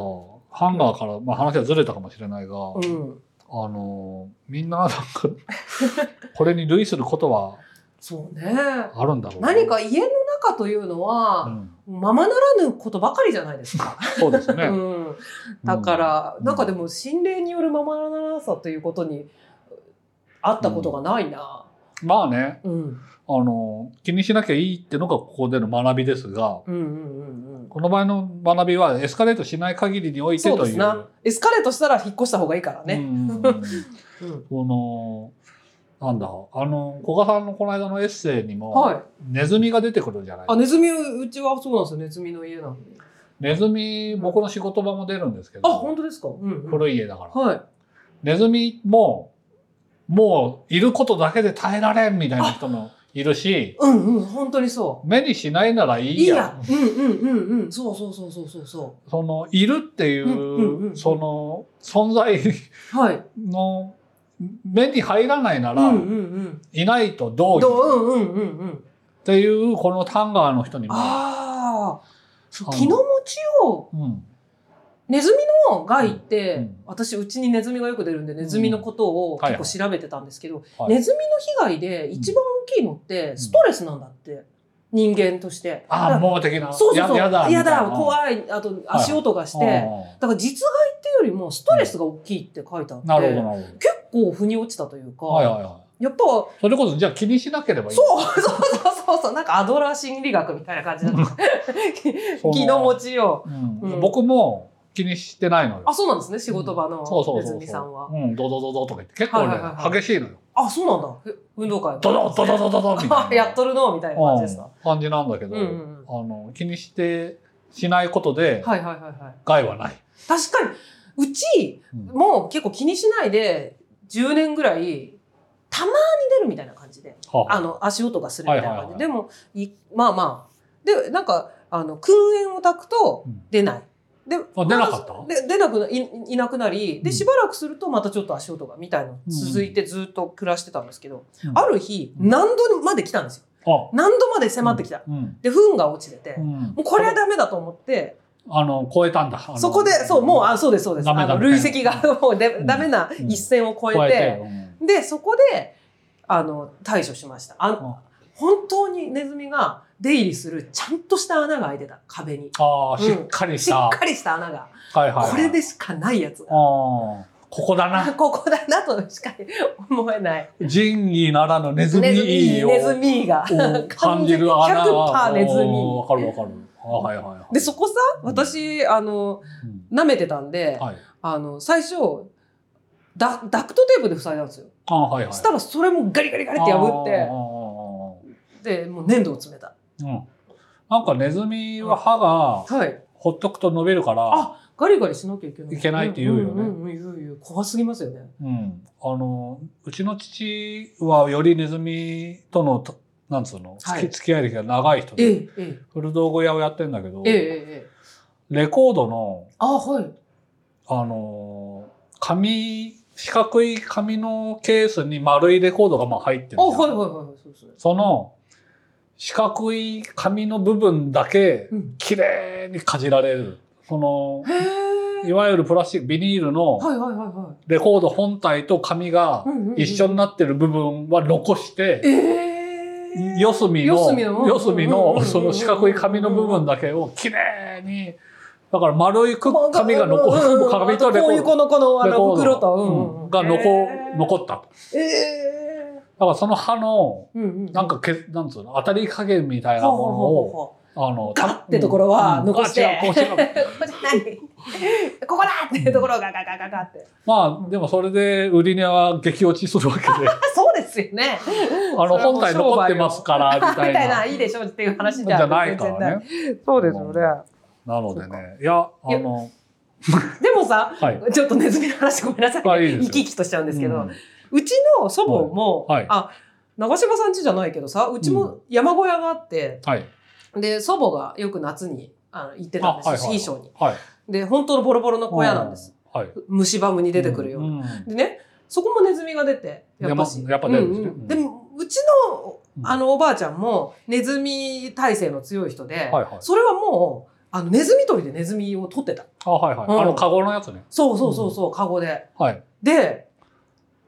B: ハンガーから、まあ話はずれたかもしれないが、
C: うん。
B: あの、みんなな んか、これに類することは
C: そうね。
B: あるんだろうな
C: 何、か家の中というの
B: う
C: は、
B: ん、
C: ままならぬことばかりじゃないですか。
B: そうですね。
C: うん。だから、
B: うん
C: なんかでも心霊によるままならなさということに、あったことがないな。
B: まあね、
C: うん。
B: あの、気にしなきゃいいってのがここでの学びですが、
C: うんうんうんうん。
B: この場合の学びはエスカレートしない限りにおいて
C: そう
B: と
C: で
B: いう。
C: す な。エスカレートしたら引っ越した方がいいからね。
B: うん
C: うん。
B: この、なんだ、あの、古賀さんのこの間のエッセイにも、
C: はい。
B: ネズミが出てくるんじゃない
C: あ、ネズミ、うちはそうなんですよ。ネズミの家なので。
B: ネズミ、僕の仕事場も出るんですけど、
C: あ、本当ですか。うん、うん。
B: 古い家だから。
C: はい。
B: ネズミも、もういることだけで耐えられんみたいな人もいるし、
C: うんうん、本当にそ。
B: 目にしないならいうい
C: い
B: や。
C: いや。うんうんうんうん。そうそうそうそうそうそ
B: その、いるっていう、
C: うんうんうん
B: その、存在
C: う。はい。
B: の、目に入らないな
C: う
B: ら、
C: んうんうん。
B: いないと同義
C: ど
B: っ
C: ううんうんうんうん。
B: ていう、このタンガーの人にも、
C: ああ。そう
B: あの
C: 気の持ちを
B: うん、
C: ネズミの害って、
B: うんうん
C: 私うちにネズミがよく出るんでネズミのことを
B: はい
C: 結
B: はい
C: 構調べてたんですけど、
B: はい
C: ネズミの被害で一番大きいのってストレスなんだって、人間として。だか
B: あ
C: ら
B: あ、もう的な。
C: そうそうそ
B: や
C: う嫌
B: やだ。
C: だ
B: みたいな
C: 怖いあと足音がして、
B: うん
C: だから実害っていうよりもストレスが大きいって書いてあって、
B: なるほど、なるほ
C: 結構腑に落ちたというか、
B: ど。はいはいは
C: やっぱそ
B: い。それこそ、じゃあ気にしなければいい。
C: うそうそうそうそうなんかアドラー心理学みたいな感じなんです
B: その
C: 気の持ちよ
B: うん
C: うん
B: 僕も気にしてないのよ。
C: あそうなんですね仕事場の
B: そうそう
C: ネ
B: そ
C: ズ
B: う
C: ミさんは
B: そう。うん、ドドドドとか言って、結構
C: はいはいはいは
B: ね、激しいのよ。
C: あそうなんだえ運動会
B: ドドドドドドドみたいな。
C: やっとるのみたいな感じですか、
B: うん感じなんだけど、
C: うんうんうん
B: あの気にしてしないことで
C: はいはいはいはい
B: 害はない。
C: 確かにうち
B: うん
C: もう結構気にしないで10年ぐらいたまに出るみたいな感じで
B: はあ
C: あの足音がするみたいな感じ、
B: はいはいはい
C: でもいまあまあでなんかあの訓練を炊くと
B: うん
C: 出ない、で
B: あ出なかった
C: で出なくないいなくなり
B: う
C: で
B: ん
C: しばらくするとまたちょっと足音がみたいの続いてずっと暮らしてたんですけど、
B: うん
C: ある日
B: うん
C: 何度まで来たんですよ
B: あ
C: 何度まで迫ってきた、
B: うん
C: で糞が落ちてて、
B: うん
C: もうこれはダメだと思って
B: あの超えたんだ。あの
C: そこでそうもうあそうですそうです
B: ダメ
C: あ
B: だ
C: の累積が もうでダメな一線を越えて。
B: うん
C: でそこであの対処しましたあの本当にネズミが出入りするちゃんとした穴が開いてた壁に
B: ああ
C: うん
B: しっかりし。
C: したっかりした穴が、
B: はいはいはい。
C: これでしかないやつ
B: ああここだな。
C: ここだなとしか思えない
B: 仁義ならぬネズミ
C: ネズミ
B: を
C: ネズミが
B: を感じる穴は
C: 100%ネズミ
B: おーわかるわかる。あはいはいはい。
C: でそこさ
B: うん
C: 私あの
B: うん
C: 舐めてたんで、
B: はい。
C: あの最初ダダクトテープで塞いだんですよ、
B: あはいはい。
C: したらそれもガリガリガリって破
B: あーあ
C: っ
B: ーあー
C: てでもう粘土を詰めた
B: うん。なんかネズミは歯が
C: はい
B: ほっとくと伸びるから、
C: あガリガリしなきゃいけない。
B: いけないって言うよね
C: んうんうん言う言う怖すぎますよね。
B: うん。あの、うちの父はよりネズミとのと、なんつうの、
C: はい
B: 付き付き合い歴が長い人
C: え
B: で、
C: え、え
B: 古道具屋をやってんだけど
C: え、え、え、ええ。
B: レコードの、
C: あ、はい。
B: あのー、紙、四角い紙のケースに丸いレコードがまあ入って
C: あ、
B: るじゃん
C: はいはいはい。そうそう。
B: その、四角い紙の部分だけ
C: うん、
B: 綺麗にかじられる。その、
C: へ
B: い
C: え。
B: わゆるプラスチック、ビニールの、
C: はいはいはいは
B: レコード本体と紙が
C: いうんうんうん。
B: 一緒になってる部分は残して、
C: ええ。
B: 四隅の、四
C: 四
B: 隅
C: 隅のうん
B: の
C: うんうんうんうんうん
B: その四角い紙の部分だけをきれいに、だから丸いく
C: まあ
B: 紙が残
C: うんうんう
B: る、
C: ん
B: 紙とレコ
C: こうい
B: ー
C: うこ
B: ド
C: のこのあ
B: レコ
C: の
B: ード
C: 袋と、
B: うんが残残ったと。
C: ええ。
B: だからその歯の、
C: うんうん。
B: なんかけ、なんつうの、当たり加減みたいなものを、
C: を。
B: あの、
C: ガッてところは
B: うん
C: 残して
B: あ違うこう違う
C: ここじゃない。ここだっていうところがガガガガって。
B: まあ、でもそれで売り値は激落ちする わけで、
C: あ、そうですよね。
B: あの、本体残ってますから、み
C: み
B: たい
C: たいな、
B: な。
C: いいでしょうっていう話じ
B: じ
C: ゃ
B: ゃないからね。
C: ね。そうですよね。
B: なのでね、いや、あの、
C: でもさ、
B: はい。
C: ちょっとネズミの話ごめんなさい
B: あいいです
C: ね。
B: よ
C: 生き生きとしちゃうんですけ
B: う
C: ど
B: ん、
C: うちの祖母も、
B: はいはい
C: あ、長柴さん家じゃないけどさ、うちも山小屋があって、
B: はい。
C: で、祖母がよく夏にあの行ってたんですよ、スキーショーに。
B: はい。
C: で、本当のボロボロの小屋なんです。。
B: はい。
C: 虫歯に出てくるような。
B: ん
C: でね、そこもネズミが出て、やっぱし。
B: 山やっぱ出るんですね
C: う
B: うんん
C: でも、うちの
B: うん
C: あのおばあちゃんもネズミ耐性の強い人で、
B: はいはい
C: それはもう、あのネズミ捕りでネズミを取ってた。
B: あ、はいはい。
C: うん
B: あの、カゴのやつね。
C: そうそうそうそう、カゴで。
B: はい。
C: で、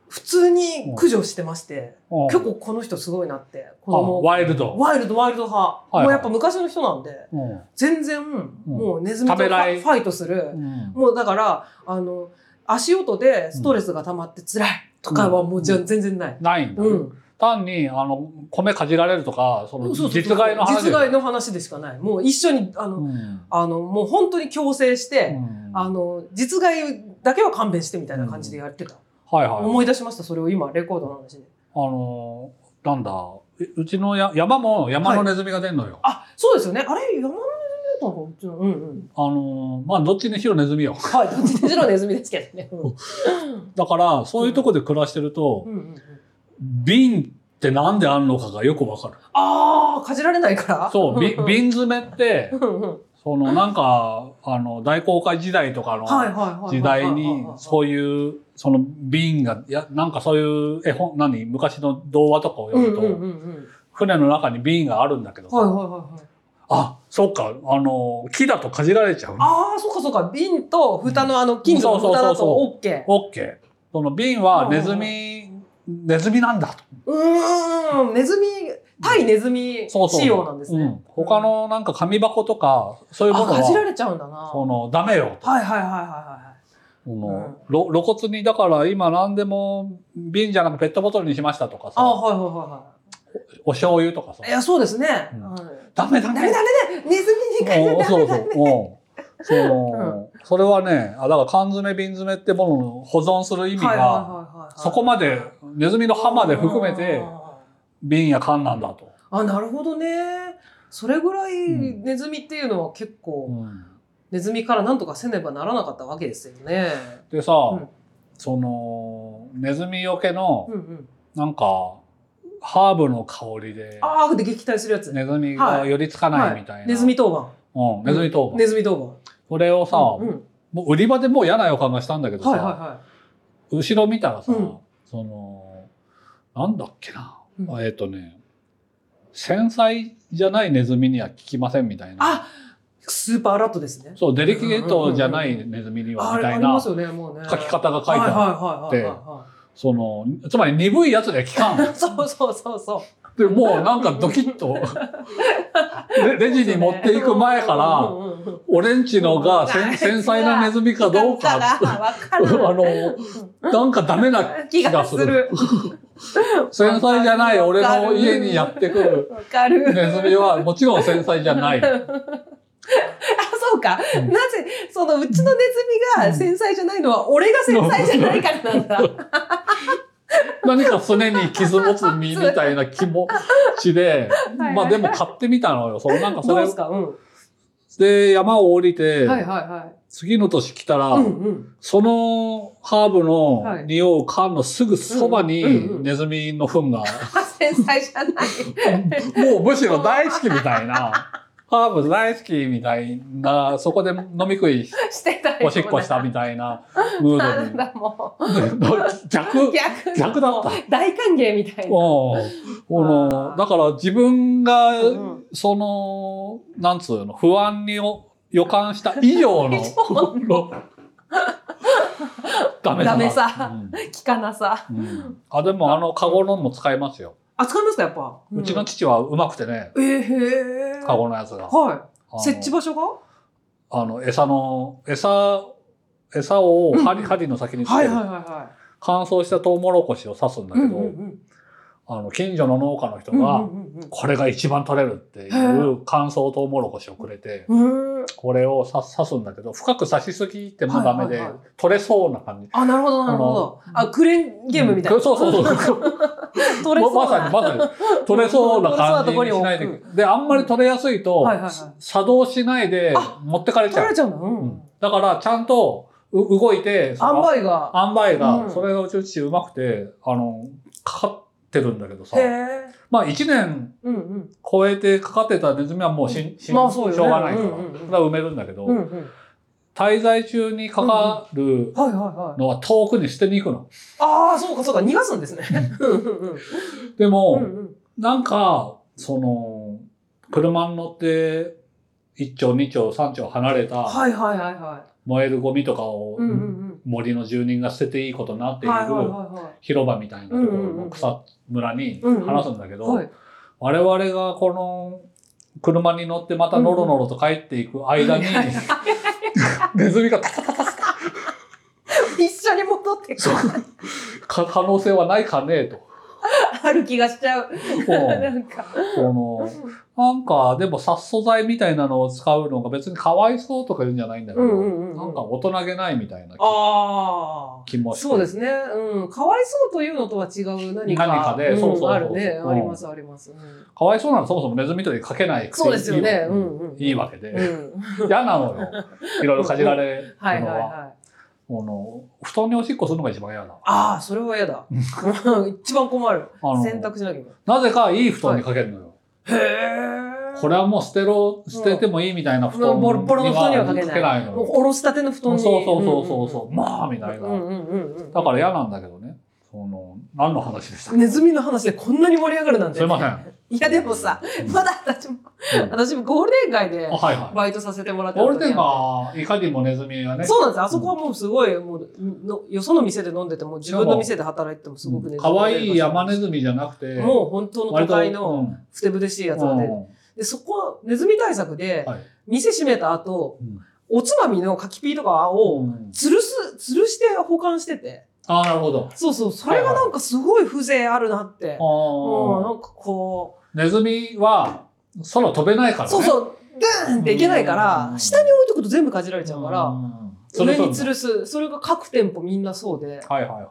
C: 普通に駆除してまして、
B: うん
C: 結構この人すごいなって、子
B: あ
C: 供を
B: ワイルド。
C: ワイルド、ワイルド派。
B: いはい
C: もうやっぱ昔の人なんで、
B: うん
C: 全然、もうネズミと
B: 食
C: フ
B: べな
C: ァ
B: い
C: ファイトする。
B: うん
C: もうだから、あの、足音でストレスが溜まって辛いとかはもうじゃ、
B: う
C: 全然ない。
B: ないんだ
C: う。ん。
B: 単に、あの、米かじられるとか、その、
C: そうそうそう
B: 実害の話。
C: 実害。の話でしかない。もう一緒に、あの、
B: うん。
C: あの、もう本当に強制して、あ
B: あ、
C: の、実害だけは勘弁してみたいな感じでやってた。
B: はいはい。
C: 思い出しました、それを今、レコードの話で。
B: ああのーなんだ、えうちのや山も山のネズミが出んのよ。
C: あ、そうですよね。あれ、山のネズミだったのか、うちの。うんうん。
B: あのーまあ、どっちにしろネズミよ。
C: はい、どっちにしろネズミですけどね。うん
B: だから、そういうとこで暮らしてると
C: う、んうんうん、
B: 瓶ってなんであんのかがよくわかる。
C: ああ、かじられないから。
B: そう、び
C: ん
B: 瓶詰めって、
C: うんうん。
B: そのなんか、あの、大航海時代とかの
C: はいはいはいはいはいはい。
B: 時代に、そういう、その瓶が、いや、なんかそういう絵本、何、昔の童話とかを
C: うん
B: 読
C: うんう
B: むと、
C: んうん。
B: 船の中に瓶があるんだけど
C: はいはい
B: さ、
C: はいはい。
B: あ、そっか、あの、木だとかじられちゃう。
C: ああ、そうかそうか。瓶と蓋のあの金属
B: そうそう
C: の蓋
B: そう
C: だと
B: そう
C: オッケー。
B: オッケー。その瓶はネズミ、ネズミなんだと。
C: うーん、ネズミ、対ネズミ
B: そうそう。
C: 仕様なんですね。
B: うん他のなんか紙箱とか、そういうもの
C: あ、かじら
B: は、
C: れちゃうんだな。
B: その、ダメよと。
C: はいはいはいはいは
B: そのろ露骨に、だから今何でも瓶じゃなくペットボトルにしましたとか
C: い。あ
B: さ、
C: はいはいは
B: お醤油とかさ
C: いはい。い。や、そうですね。
B: うん
C: はい
B: ダメダ
C: ダ
B: メ
C: メダメだネズミにかじら
B: う
C: れ
B: ん
C: た。
B: そうそう。うん。 その、それはね、あ、だから缶詰、瓶詰ってものの保存する意味
C: はいはいはい
B: が、
C: はいはい。
B: そこまで、ネズミの歯まで含めて
C: あ、ー
B: 瓶や缶なんだと。
C: あ、なるほどね。それぐらい
B: うん
C: ネズミっていうのは結構、
B: うん
C: ネズミからなんとかせねばならなかったわけですよね。
B: でさ、
C: うん
B: その、ネズミよけの
C: うん、うん。
B: なんか、ハーブの香りで、
C: ああ、で撃退するやつ。
B: ネズミが寄りつかないみたいな。
C: ネズミ当番。
B: うん、ネズミ当番。
C: ネズミ当番。
B: それをさ、
C: うんうん
B: もう売り場でもう嫌な予感がしたんだけどさ、
C: はいはいは
B: 後ろ見たらさ、
C: うん
B: その、なんだっけな。
C: うん
B: えっ、とね、繊細じゃないネズミには効きませんみたいな。
C: あい。スーパーラットですね。
B: そう、デリケートじゃないネズミに
C: あ
B: は
C: あ
B: み
C: れ
B: た
C: あ
B: い
C: り
B: な
C: ますよね、もうね。
B: 書き方が書いてあ
C: はい
B: る。
C: はいはいはいは
B: その、つまり鈍いやつでは効かん
C: い。はい。そうそうそうそう。
B: で、もうなんかドキッ と、レレジに持っていく前から、
C: ら、
B: 俺んちのが繊繊細なネズミかどうか、
C: だからわかる。
B: あの、なんかダメな
C: 気
B: 気
C: が
B: が
C: す
B: する。
C: る。
B: 繊細じゃない俺の家にやってくる
C: わかる。
B: ネズミはもちろん繊細じゃない。
C: あ、そうか。
B: うん
C: なぜ、そのうちのネズミが繊細じゃないのは、俺が繊細じゃないからな んだ。
B: 何かすねに傷持つ身みたいな気持ちで、
C: はい
B: まあでも買ってみたのよ。そのなんかそ
C: どう
B: れ
C: ですかうん。
B: で山を降りて、
C: はいはいはい。
B: 次の年来たら、
C: うんうん。
B: そのハーブ
C: は
B: の
C: い
B: 匂う缶のすぐそば
C: うんうんう
B: に
C: ん
B: ネズミの糞 が、
C: あ繊細じゃ ない。
B: もうむしろ大好きみたい な、ハーブ大好きみたいな、そこで飲み食い、
C: してたよ、ね。
B: おしっこしたみたい なム
C: なん
B: ー
C: だもう。
B: ドに。逆、
C: 逆
B: 逆だった。
C: 大歓迎みたいな。
B: うんこのだから自分が、
C: うん
B: その、なんつうの、不安にお予感した以上 の、 ダメさ。
C: ダメさ聞かなさ。
B: うんうんあ、でもあの、カゴのも使えますよ。
C: あ、使いますか、やっぱ。
B: うちの父はうまくてね、
C: うん。えー、へー
B: カゴのやつが。
C: は
B: あの
C: い。設置場所が
B: あの、餌の、餌、餌を針,、
C: うん
B: 針の先につ
C: は
B: け
C: い
B: る、
C: はいはいは
B: 乾燥したトウモロコシを刺すんだ
C: い。
B: けど、
C: うんうん
B: あの、近所の農家の人
C: うん。
B: が、
C: うんうんうん
B: これが一番取れるっていう乾燥トウモロコシをくれて、
C: うん。へー
B: これを刺す刺すんだけど、深く刺しすぎてもダメで、
C: はいはいは
B: 取れそうな感じ。
C: あ、なるほどなるほど。あ、クレーンゲームみたいな。
B: うんそうそうそう。
C: 取れそうな。
B: まさにまさに。取れそうな感じにしない
C: 取れそうなとこ
B: で。で、あんまり取れやすいと、
C: はいはいはい
B: 作動しないで
C: あ
B: 持ってかれち
C: 取
B: ゃ
C: ら
B: う
C: れ。ちゃうんだ。う
B: うん
C: ん。
B: だから、ちゃんとう動いて、そ
C: 塩
B: の
C: 梅が。
B: 塩梅
C: う
B: が、
C: ん
B: それがうちうちうまくて、あの、かかってるんだけどさ
C: へ。え。
B: まあ、1年
C: うんうん。
B: 超えてかかってたネズミはもう死ん、死ん
C: まあ
B: し
C: そ
B: ょ
C: う
B: う
C: よね
B: がないから、
C: うんうんうん
B: それは埋めるんだけど、
C: うんうん。
B: 滞在中にかかる
C: はいはいはい。
B: のは遠くに捨てに行くの。
C: ああ、そうかそうか。逃がすんですね。うんうんうん
B: でも、
C: うんうん。
B: なんか、その、車に乗って、1丁、2丁、3丁離れた
C: はいはいはいは
B: 燃えるゴミとかを
C: い。うんうんうん。
B: 森の住人が捨てていいことになっている
C: はいはいはいは
B: 広場みたいなところの草むらに話すんだけ
C: い。
B: ど、
C: はい。
B: 我々がこの車に乗ってまたノロノロと帰っていく間に、ネズミがタタタタタ
C: 一緒に戻ってくる。
B: か可能性はないかねえと。
C: ある気がしちゃう。 な
B: こ
C: んか。
B: の、なんか、でも殺素剤みたいなのを使うのが別にかわいそうとか言うんじゃないんだけど、
C: うんうんうん
B: なんか大人げないみたいな
C: あ
B: 気も
C: あ。
B: して。
C: そうですね。うん。かわいそうというのとは違う何か。
B: 何かで
C: うん
B: そうそうそう
C: あるね。
B: うん
C: ありますあります。うん
B: かわいそうならそもそもネズミ捕りかけないくて
C: そうですよね。
B: いい
C: うんうん。
B: いいわけで。
C: うん。
B: 嫌なの よ。いろいろかじられるのは。
C: はいはいはい。
B: この布団におしっこするのが一番嫌だ。
C: ああ、それは嫌 だ。一番困る。
B: あの
C: 選択しなきゃいけな
B: な
C: い。
B: ぜかいい布団にかけるのよ。
C: へえ。
B: これはもう捨てろ、捨ててもいいみたいな布団
C: ボロボロの布団にはかけない
B: かけないの
C: もう
B: よ。
C: おろしたての布
B: そ
C: 団
B: う
C: に。
B: そうそうそうそう、まあみたいな、
C: うんうんうんうん。
B: だから嫌なんだけどね。その、何の話でした
C: ネズミの話でこんなに盛り上がるなんて。
B: すいません。
C: いやでもさ、まだ私も、
B: うん
C: 私もゴールデン街で
B: あはいは
C: バイトさせてもらっ
B: い。
C: てた
B: ゴー
C: 時
B: ルデンが、いかにもネズミがね、
C: そうなんです。あそこはもうすごい、もう、のよその店で飲んでても、自分の店で働いててもすごくね。
B: 可愛い山ネ
C: ズ
B: ズミじゃなくて、
C: もう本当の都会の
B: うん
C: ふてぶてしいやつなんで。で、そこはネズミ対策で、
B: はい
C: 店閉めた後、
B: うん
C: おつまみの柿ピーとか
B: うん
C: を、
B: うん
C: 吊るす、吊るして保管してて。
B: ああ、なるほど。
C: そうそう、それがなんかすごい風情あるなって。うん、
B: あ
C: な
B: あ
C: んかこう、
B: ネズミは空飛べないからね。
C: そうそう、ガーンっていけないから
B: う、ん
C: 下に置いとくと全部かじられちゃうから、
B: ん
C: 上に吊
B: る。
C: るす。それが各店舗みんなそうで、
B: はいはいはいはい。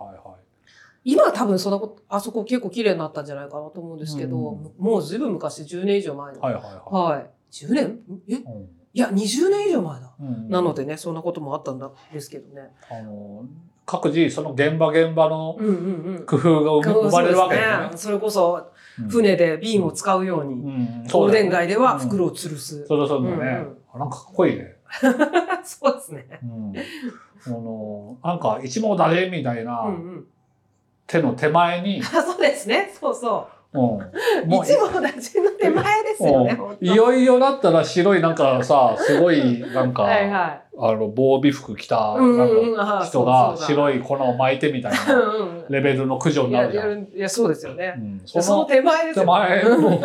C: 今は多分そんなこと、あそこ結構綺麗になったんじゃないかなと思うんですけど、
B: うん
C: もうずいぶん昔、10年以上前の。は。
B: はいいはいは
C: 10年え
B: い。
C: いや、20年以上前だ。
B: うん
C: なの、でね、そんなこともあったんだですけどね。
B: あの各自その現場現場の
C: うんうんうん。
B: 工夫が生生まれるわけです
C: そう
B: ね
C: で。すそれこそ、
B: うん、
C: 船で瓶を使うように、
B: うん、
C: ゴールデン
B: が
C: 街では袋を吊るす。
B: そうだそうだね、
C: うん
B: あなんかかっこいいね。
C: そうですね。
B: うん、あのなんか一網打尽みたいな
C: うんうん。
B: 手の手前に、
C: あ、そうですね。そうそう。
B: うん、もう
C: 一網打尽の手前ですよね、本
B: う
C: 当
B: んいよいよだったら白いなんかさすごいなんか、
C: はいは
B: あの防備服着た
C: い。うんう
B: なん
C: んうんあ
B: か
C: ー
B: 人が白い粉を巻いてみたい
C: そう
B: な
C: だうんうん
B: レベルの駆除に
C: い
B: な
C: や
B: るじゃん。
C: いやいや、そうですよね。
B: うん、
C: その手前です
B: 手
C: よ。
B: 前の、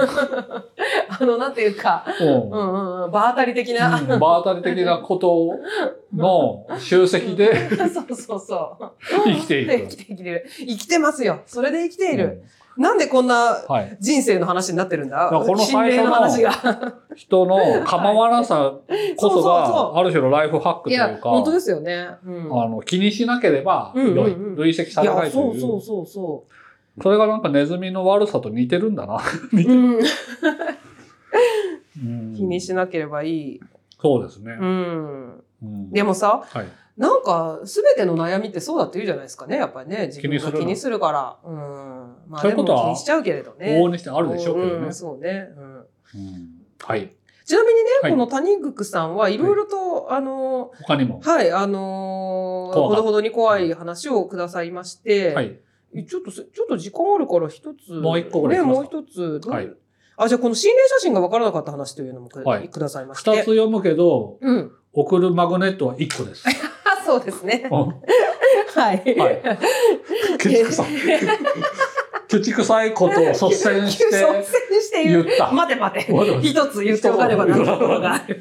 C: あの、なんていうか、
B: うん
C: うんうんうん、場当たり的な。
B: うん場当たり的なことの集積で
C: そうそうそう。
B: 生きてい
C: 生
B: る
C: き。ている。生きてますよ。それで生きている。なんでこんな
B: うんはい、
C: 人生の話になってるんだ
B: いやこの最初の
C: 心霊の話が。
B: 人の構わなさこそ
C: そうそうそ
B: がある種のライフハックと
C: い
B: いうか
C: や、本当ですよね。うん。
B: あの気にしなければ良い、
C: うんうんうん
B: 累積さ
C: い
B: れな
C: や、
B: いとい
C: そううそうそうそう。
B: それがなんかネズミの悪さと似てるんだな、
C: うん、
B: う
C: 気にし
B: な
C: なければいい。
B: そうですね
C: う、ん。
B: うん
C: でもさ、
B: はい、
C: なんか、すべての悩みってそうだって言うじゃないですかね、やっぱりね。自分
B: 気にする
C: が
B: の
C: 気にするから。うん。まあ、
B: そう
C: で
B: いう
C: も
B: ことは
C: 気にしちゃうけれどね。
B: 往々にしてあるでしょうけど
C: ん
B: ね
C: ん、そうね。うん。
B: うんはい
C: ちなみにね、
B: はい
C: この谷口さんはいろいろと、あの
B: 他にも
C: ー、はい、あのー
B: 怖か
C: ほ
B: った
C: どほどに怖い話をくださいまして、
B: はい
C: ちょっとす、ちょっと時間あるから一つ。
B: もう一個ぐらい
C: ね、
B: 行き
C: も
B: ま
C: う
B: すか
C: 一つ。どう
B: はい
C: あ、じゃあこの心霊写真が分からなかった話というのもく,、
B: はい
C: くださいま
B: 二
C: し
B: つ
C: て。
B: 読むけど
C: うん。
B: 送るマグネットは一個です、
C: あ、そうですね。
B: うん
C: はい。
B: はい。ケチく さ。ケチくさいことを率先し
C: 急速
B: て
C: 戦している
B: 言った。
C: 待て 待て
B: 待て。待て
C: 一つ言っておかねばならないことがある。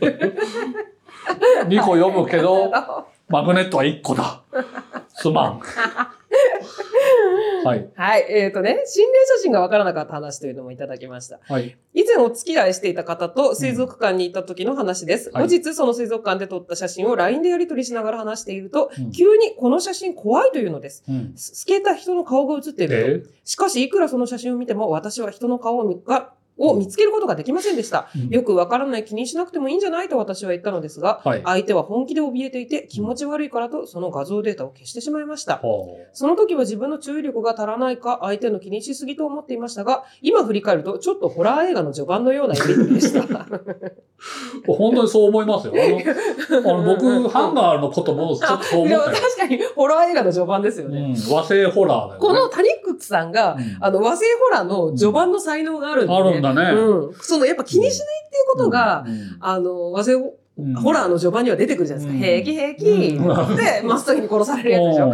B: 2個読むけ ど、
C: は
B: マグネットは1個だ。すま ん。はい。
C: い。えっ、とね、心霊写真がわからなかった話というのもいただきました。
B: はい。
C: 以前お付き合いしていた方と水族館に行った時の話です。
B: はい
C: 後日その水族館で撮った写真を LINE でやり取りしながら話していると、
B: うん
C: 急にこの写真怖いというのです。
B: うん。
C: す透けた人の顔が写っていると。
B: え
C: しかし、いくらその写真を見ても、私は人の顔を見がを見つけることができませんでした。
B: うん
C: よくわからない気にしなくてもいいんじゃないと私は言ったのですが、
B: はい。
C: 相手は本気で怯えていて、気持ち悪いからとその画像データを消してしまいました。
B: ほう
C: その時は自分の注意力が足らないか、相手の気にしすぎと思っていましたが、今振り返ると、ちょっとホラー映画の序盤のようなイメージ でした。
B: 本当にそう思いますよ。あの、あの僕、ハンガーのこともちょっとそう
C: い
B: 思
C: や
B: ったよ。
C: 確かにホラー映画の序盤ですよ
B: うん、
C: ね。
B: 和製ホラーだよ、ね。
C: この谷口さんが、
B: うん
C: あの、和製ホラーの序盤の才能があるんで、ね
B: あるんだね。
C: うん。その、やっぱ気にしないっていうことが、あの、和製ホ
B: うん、うん
C: ホラーの序盤には出てくるじゃないです
B: う
C: か。
B: ん
C: 平気平気、
B: うん
C: で、真っ先に殺されるやつでしょ。
B: うん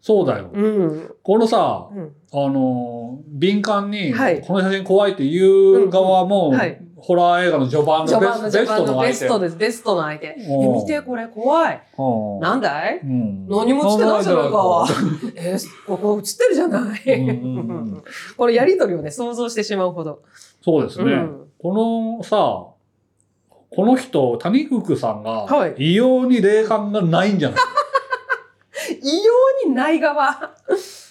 B: そうだよ。
C: うん。
B: このさ、
C: うん
B: あのー、敏感に、
C: はい
B: この写真怖いって言う側も、
C: うんはい
B: ホラー映画の序盤の
C: 序
B: ベ
C: 盤
B: ス
C: の
B: ベ
C: 序
B: ス
C: 盤
B: ト
C: の
B: の
C: ベ
B: 相
C: ス
B: 手。
C: トです。ベストの相手。え
B: うん
C: 見て、これ怖い。
B: うん
C: なんだい
B: うん
C: 何もしてないじゃないか
B: そん。
C: えー、ここ映ってるじゃない
B: うんうんうん
C: このやりとりをね、想像してしまうほど。
B: そうですね。
C: うん
B: このさ、この人、谷福さんが
C: はい、
B: 異様に霊感がないんじゃない、
C: 異様にない側。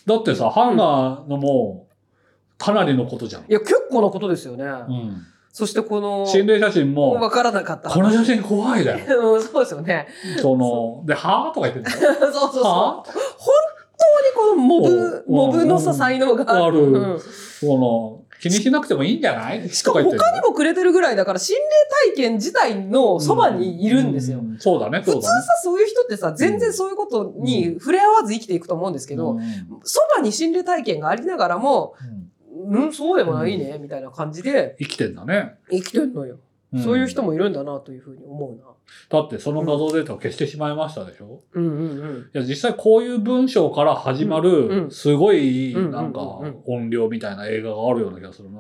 B: だってさ、ハンガーのも、かなりのことじゃん。
C: いや、結構なことですよね。
B: うん。
C: そしてこの、
B: 心霊写真
C: わ
B: も、
C: からなかった。
B: この写真怖いだよ。
C: うんそうですよね。
B: その、で、はぁとか言ってんだよ。
C: そう そうそう。
B: は
C: このモブ、
B: うん
C: モブのさ、
B: うん
C: 才能が
B: ある
C: うん
B: その、気にしなくてもいいんじゃない
C: しかも
B: と言ってん
C: 他に
B: だよ
C: もくれてるぐらいだから、心霊体験自体のそばにいるんですよ。
B: うそうだね、
C: 普
B: そう
C: 通
B: だ
C: さ
B: ね。、
C: そういう人ってさ、全然そういうことに触れ合わず生きていくと思うんですけど、
B: うん
C: そばに心霊体験がありながらも、
B: うん
C: うん、そうでもないね、みたいな感じで
B: 生きてんだね。
C: 生きてんのよ。
B: ん
C: そういう人もいるんだなというふうに思うな。
B: だってその謎データを消してしまいましたでしょ、
C: うんうんうん。
B: いや、実際こういう文章から始ま
C: うんうん
B: る、すごい、
C: うん
B: なんか
C: うんうん、
B: 音量みたいな映画があるような気がするな。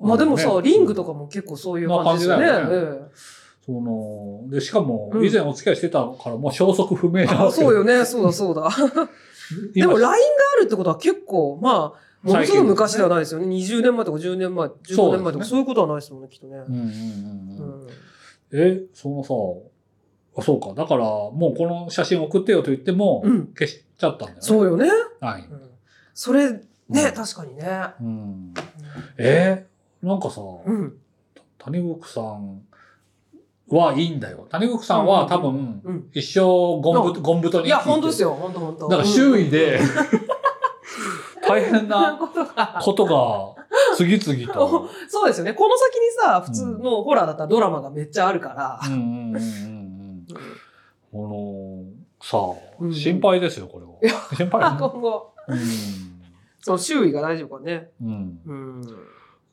C: まあでもさ、
B: のね
C: リングとかも結構そういう感じですね。
B: まあ感じだ
C: ええ
B: その、で、しかも
C: う、ん
B: 以前お付き合いしてたから、もう消息不明な
C: あ
B: わけ
C: そうよね、そうだそうだ。で
B: 今
C: も LINE があるってことは結構、まあ、ものすごい昔ではないですよね。20年前とか10年前、15年前とかそういうことはないですもんね、きっとね。
B: うんうんう
C: う
B: んうん。
C: ん
B: え、そのさ、あ、そうか。だから、もうこの写真送ってよと言っても
C: うん、
B: 消しちゃったんだよね。
C: そうよね。
B: はい。
C: それ、ね、
B: うん
C: 確かにね。
B: うん。えー、なんかさ、
C: うん。
B: 谷口さんはいいんだよ。谷口さんは多分
C: うん、
B: 一生ゴンブ、ゴンブトに。
C: いや、本当です
B: よ。
C: よ、本当本当。
B: だから周囲で、大変
C: うん、な
B: な
C: ことが。
B: ことが、次々 と。
C: そうですよね。この先にさ、普通のホラーだったらドラマがめっちゃあるから
B: う。んうんうんうんうん。この、さ
C: うん
B: あ、心配ですよ、これは。心
C: あ
B: 配
C: 今後、その周囲が大丈夫かね。
B: うん。うん。
C: うん。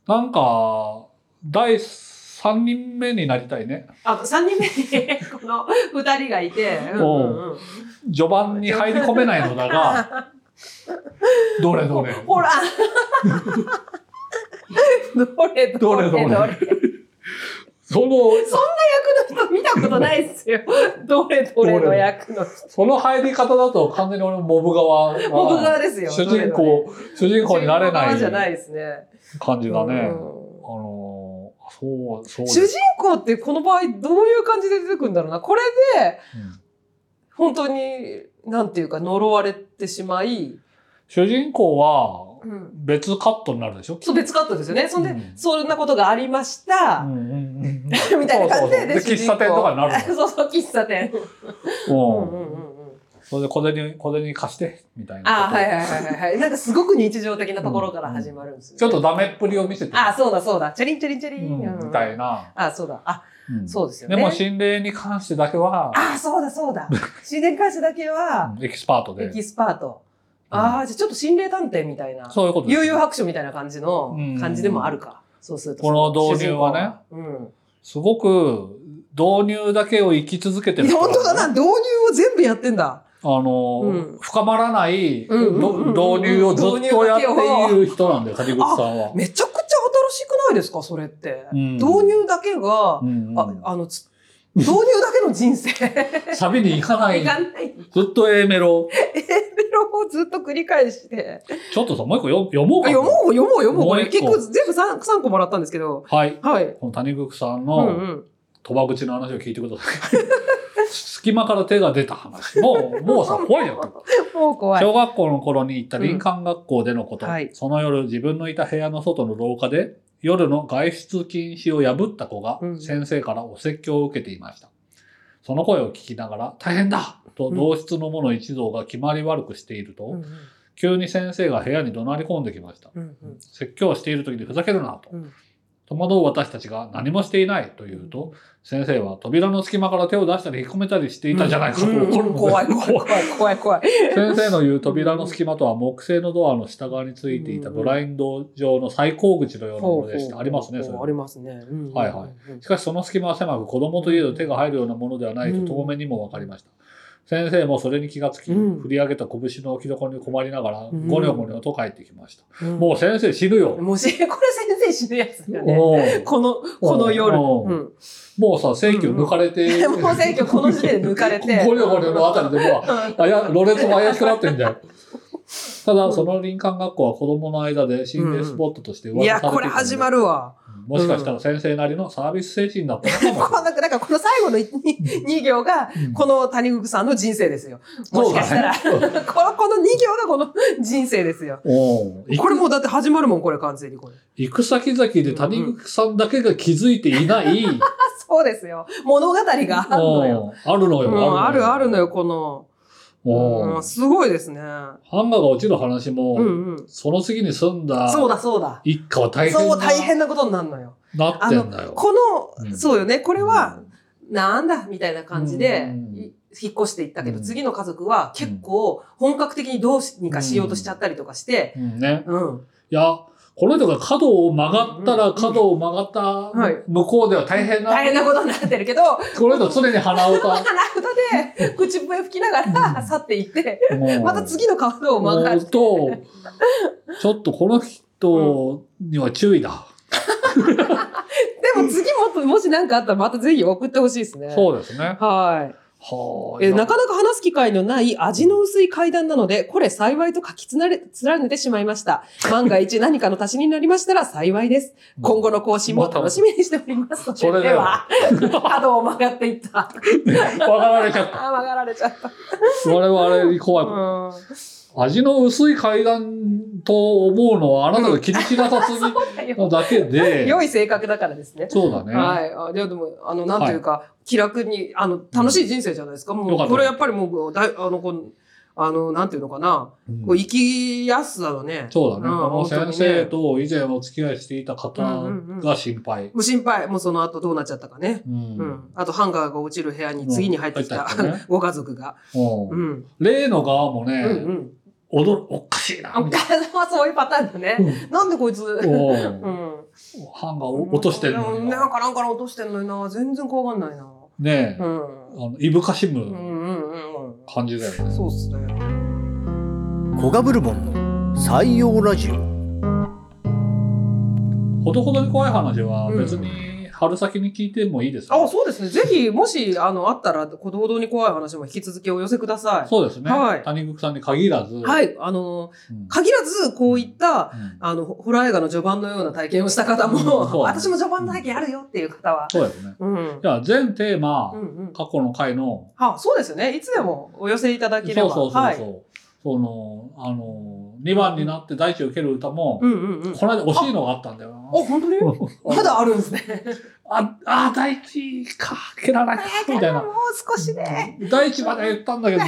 B: なんか、第3人目になりたいね。
C: あと3人目に、この2人がいて、うんうんうん、
B: 序盤に入り込めないのだ が、どれどれ。
C: ほらどれどれ
B: どれどれ
C: 役
B: その、
C: の人見たことないですよ。どれどれの役の人。
B: その入り方だと完全に俺もモブ側が。
C: 僕側ですよ。
B: 主人公、主人公になれな
C: 主人公側じゃないいですね。
B: 感じだね。
C: うん
B: あのー、そう、そう
C: 主人公ってこの場合どういう感じで出てくるんだろうな。これで
B: うん
C: 本当に、なんていうか呪われてしまい、
B: 主人公は
C: うん、
B: 別カットになるでしょ
C: そう別カットですよね。そんで、
B: うん
C: そんなことがありました。
B: うんうんうん
C: みた
B: そう
C: いな感じで
B: そうそうで
C: 主
B: 喫茶
C: 人公
B: 店とかになる
C: そうそう、喫茶店。うん
B: の。
C: う
B: うん
C: んうんうん。
B: それで小銭、小銭貸して、みたいな
C: あ
B: こと。
C: はいはいはいはいはい。なんかすごく日常的なところから始まるんですよ、ね
B: ちょっとダメっぷりを見せて。
C: あそうだそうだ。チャリンチャリンチャ
B: う
C: リン。
B: んみたい
C: な。
B: な。
C: あそうだ。あ、
B: うん
C: そうですよ
B: で
C: ね。
B: も心霊に関してだけは、
C: あそうだそ うだ。心霊会社だけは、
B: うんエキスパート
C: エ
B: で。
C: キスパート。ああ、じゃあちょっと心霊探偵みたいな。
B: そういうことです
C: 悠々白書みたいな感じの
B: うん
C: 感じでもあるか。そうすると。
B: この導入はね
C: 主人公は。うん。
B: すごく導入だけを生き続けてる人
C: 本当だな。導入を全部やってんだ。
B: あの、
C: うん
B: 深まらない、
C: うんうんうん
B: ど導入をずっとやっている人なんだよ、谷口さんは。
C: めちゃくちゃ新しくないですかそれって。
B: うん
C: 導入だけが
B: う、んう
C: あ
B: ん、
C: あの、つ導入だけの人生。
B: サビに行かない
C: い。かない。
B: ずっと A メロ。
C: メロをずっと繰り返して。
B: ちょっとさ、もう一個よ読もうか。
C: 読もう、読もう、読もう。こ
B: も
C: れ
B: う一
C: 結
B: 個
C: 構全部 3, 三個もらったんですけど。
B: はい。
C: はい。
B: この谷口さん
C: うんう
B: の
C: ん。
B: 賭博口の話を聞いてください。隙間から手が出た話。も う、もうさ、怖いよ。
C: もう怖い。
B: 小学校の頃に行った林間学校でのこと、
C: うんはい
B: その夜自分のいた部屋の外の廊下で夜の外出禁止を破った子が
C: うん
B: 先生からお説教を受けていました、その声を聞きながら「大変だ!」と同室の者一同が決まり悪くしていると、
C: うん
B: 急に先生が部屋に怒鳴り込んできました、
C: うんうん
B: 説教をしている時にふざけるなと、
C: うん
B: 戸惑う私たちが何もしていないと言うと、先生は扉の隙間から手を出したり引っ込めたりしていたじゃないかと
C: うん
B: 怒るのです
C: 怖い、怖い、怖い、怖い、怖い。
B: 先生の言う扉の隙間とは木製のドアの下側についていたブラインド状の最高口のようなものでした。ありますね、そ
C: そう
B: れ
C: ありますね。うん
B: はいはい。しかしその隙間は狭く子供といえど手が入るようなものではないと遠目にも分かりました。先生もそれに気がつき、
C: うん
B: 振り上げた拳の置き所に困りながら、
C: うん
B: ゴニョゴニョと帰ってきました。
C: うん
B: もう先生死ぬよ。
C: もうし、これ先生死ぬやつだね。
B: おう
C: この、この夜。
B: おう
C: うん。
B: もうさ、選挙抜かれて、
C: もう選挙この時点で抜かれて。
B: ゴニョゴニョのあたりでもう、
C: うん
B: あや、ロレットも怪しくなってんだよ。ただ、その林間学校は子供の間で心霊スポットとして
C: いや、これ始まるわ。
B: うんもしかしたら先生なりのサービス精神だったのかもし
C: この、なんかこの最後の2行が、
B: れない。
C: この谷口さんの人生ですよ。もしかしたら。
B: そうだね。
C: この、この2行がこの人生ですよ。
B: おうい
C: これもうだって始まるもん、これ完全にこれ。
B: 行く先々で谷口さんだけが気づいていない、
C: あそうですよ。物語があるのよ。
B: おうあるの
C: う
B: よ。
C: ん、あるあるのよ、
B: こ
C: この。
B: の。
C: う、
B: おうん
C: すごいですね。
B: ハンマーが落ちる話も、
C: うんうん。
B: その次に住んだ
C: そうだ、そうだ。
B: 一家は大変
C: そう、大
B: な
C: 変なことになるのよ。
B: なってんだよ。
C: この、
B: うん
C: そうよね、こ
B: こ
C: れは、、なんだ、みたいな感じで、
B: うん
C: い引っ越していったけど、
B: うん
C: 次の家族は結構本格的にどうしにかしようとしちゃったりとかして、
B: うんね。
C: うん。
B: いや、この人が角を曲がったら角を曲がっ
C: はい
B: た向こうでは大変な。
C: 大変なことになってるけど、
B: この人常に鼻歌。
C: 鼻歌 で口笛吹きなが
B: う
C: ら
B: ん
C: 去っていって、
B: うん
C: また次のカードを曲がる。
B: と、ちょっとこの人には注意だ。
C: でも次も、もし何かあったらまたぜひ送ってほしいですね。
B: そうですね。
C: はい。
B: はあ。
C: えーなかなか話す機会のない味の薄い階段なので、これ幸いと書きつなれ連ねてしまいました。万が一何かの足しになりましたら幸いです。今後の更新も楽しみにしております。
B: それ
C: で
B: では
C: は、 角を曲がっていった。
B: わかられちゃった。
C: あ曲がられちゃった。
B: 我々に怖い。
C: うん
B: 味の薄い階段と思うのはあなたが切り切らさすぎ
C: だ
B: な
C: よ
B: だけ で。
C: 良い性格だからですね。
B: そうだね。
C: はい。あでもでも、あの、なんというか、気楽に、あの、楽しい人生じゃないですか。も
B: よかっ
C: う、
B: た
C: これやっぱりもう、だいあの、こう、あの、なんていうのかな。
B: うん
C: こう、生きやすさのね。
B: そうだね。
C: うん
B: この
C: 本当に
B: 先
C: ね
B: 生と以前お付き合いしていた方
C: うんうんうん
B: が心配。
C: もう心配。もうその後どうなっちゃったかね。
B: うん
C: うん。あと、ハンガーが落ちる部屋に次に入ってき
B: うん
C: た
B: 入ってきたね
C: ご家族が。
B: う
C: うんん。
B: 例の側も
C: う
B: ね、
C: んうん。
B: 驚おかしいな
C: お
B: みたい
C: 母さんはそういうパターンだね。
B: な。
C: なんでこいつ。う。
B: おうん ハンガーを落としてるの
C: う
B: に
C: んなん
B: な。
C: かなんか落としてんのにな。全然怖がんないな。
B: ねえ
C: う、ん。
B: あ
C: うん
B: のいぶかし
C: う
B: む
C: んうんう
B: 感じだよ
C: ん。
B: ね。
C: そうっすね。
A: コガブルボンの採用ラジオ
B: ほどほどに怖い話は別に春先に聞いてもいいですよ
C: あ、そうですね。ぜひ、もし、あの、あったら、ほどほどに怖い話も引き続きお寄せください。
B: そうですね。
C: はい
B: 谷口さんに限らず。。
C: はいい。あの、限らず、こういった、
B: うん
C: あの、ホラー映画の序盤のような体験をした方
B: うんそう
C: も、
B: だね
C: 私も序盤の体験あるよっていう方は。
B: そうですね。
C: うん。うん
B: じゃあ全テーマ、
C: うん。
B: 過去の回の、
C: あ、そうですよね。いつでもお寄せいただ
B: そう
C: ければ。
B: そうそうそう、
C: はい。
B: その、あの、2番になって大地を受ける歌も、
C: うんうんうん。
B: この間惜しいのがあったんだよな。
C: お、本当にまだあるんですね。
B: あ、あ、大地か、蹴らないか、みたいな
C: も。う少しね。
B: 大地まで言ったんだけど、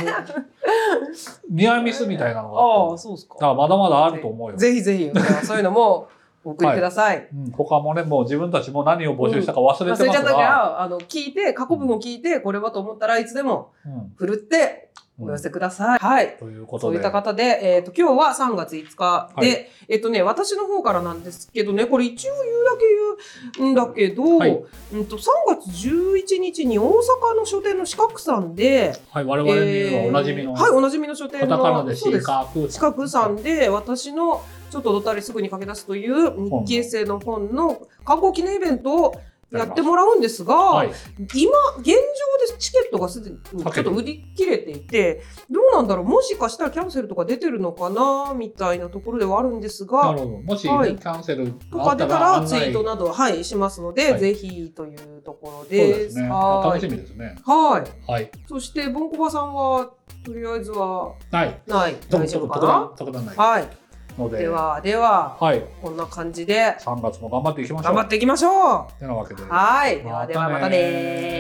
B: ニアミスみたいなのがあ
C: あ
B: っ
C: あ、
B: た。
C: そうです
B: だか
C: か。
B: らまだまだあると思うよ。
C: ぜひぜひ、そういうのも、お送りください。
B: うん、他もね、もう自分たちも何を募集したか忘れ
C: 忘
B: て
C: れ
B: ま
C: ちゃ
B: す
C: ったか
B: が、
C: ら、あの、聞いて、過去文を聞いて、これはと思ったらいつでも、
B: うん
C: ふるって
B: うん
C: お寄せください。はい。
B: ということ
C: そうい
B: で
C: っ、た方で、えっ、と、今日は3月5日で、
B: はい
C: えっ、とね、私の方からなんですけどね、これ一応言うだけ言うんだけど、
B: はい
C: うんと3月11日に大阪の書店の四角さんで、
B: はい、我々にはおなじみ
C: え
B: の、
C: ーはい、おなじみの書店
B: カタカナ
C: の、
B: でシ
C: そ
B: ー
C: うです。
B: カークー
C: 四角さんで、私のちょっとどたりすぐに駆け出すという日記エッセイの本の観光記念イベントをやってもらうんですが、
B: はい、
C: 今現状でチケットがすでにちょっと売り切れていてどうなんだろうもしかしたらキャンセルとか出てるのかなみたいなところではあるんです
B: なる
C: が
B: ほど。もし、ね
C: はい
B: キャンセル
C: と
B: があ
C: か
B: った
C: 出た
B: ら
C: ら
B: 案
C: ツイ
B: 内、
C: ートなどはいしますので、
B: はい
C: ぜひというところ
B: そう
C: で。
B: ですすね。
C: は
B: 楽
C: い
B: しみですね。
C: はい
B: はい。
C: そしてボンコバさんはとりあえずは
B: はい。
C: ない大丈夫かな
B: 特段特段ない
C: はい
B: ので、
C: ではでは
B: はい。
C: こんな感じで
B: 3月も頑張っていきましょう。
C: 頑張っていきましょう
B: てなわけで。
C: はいで
B: また
C: は
B: ね
C: ではまたねー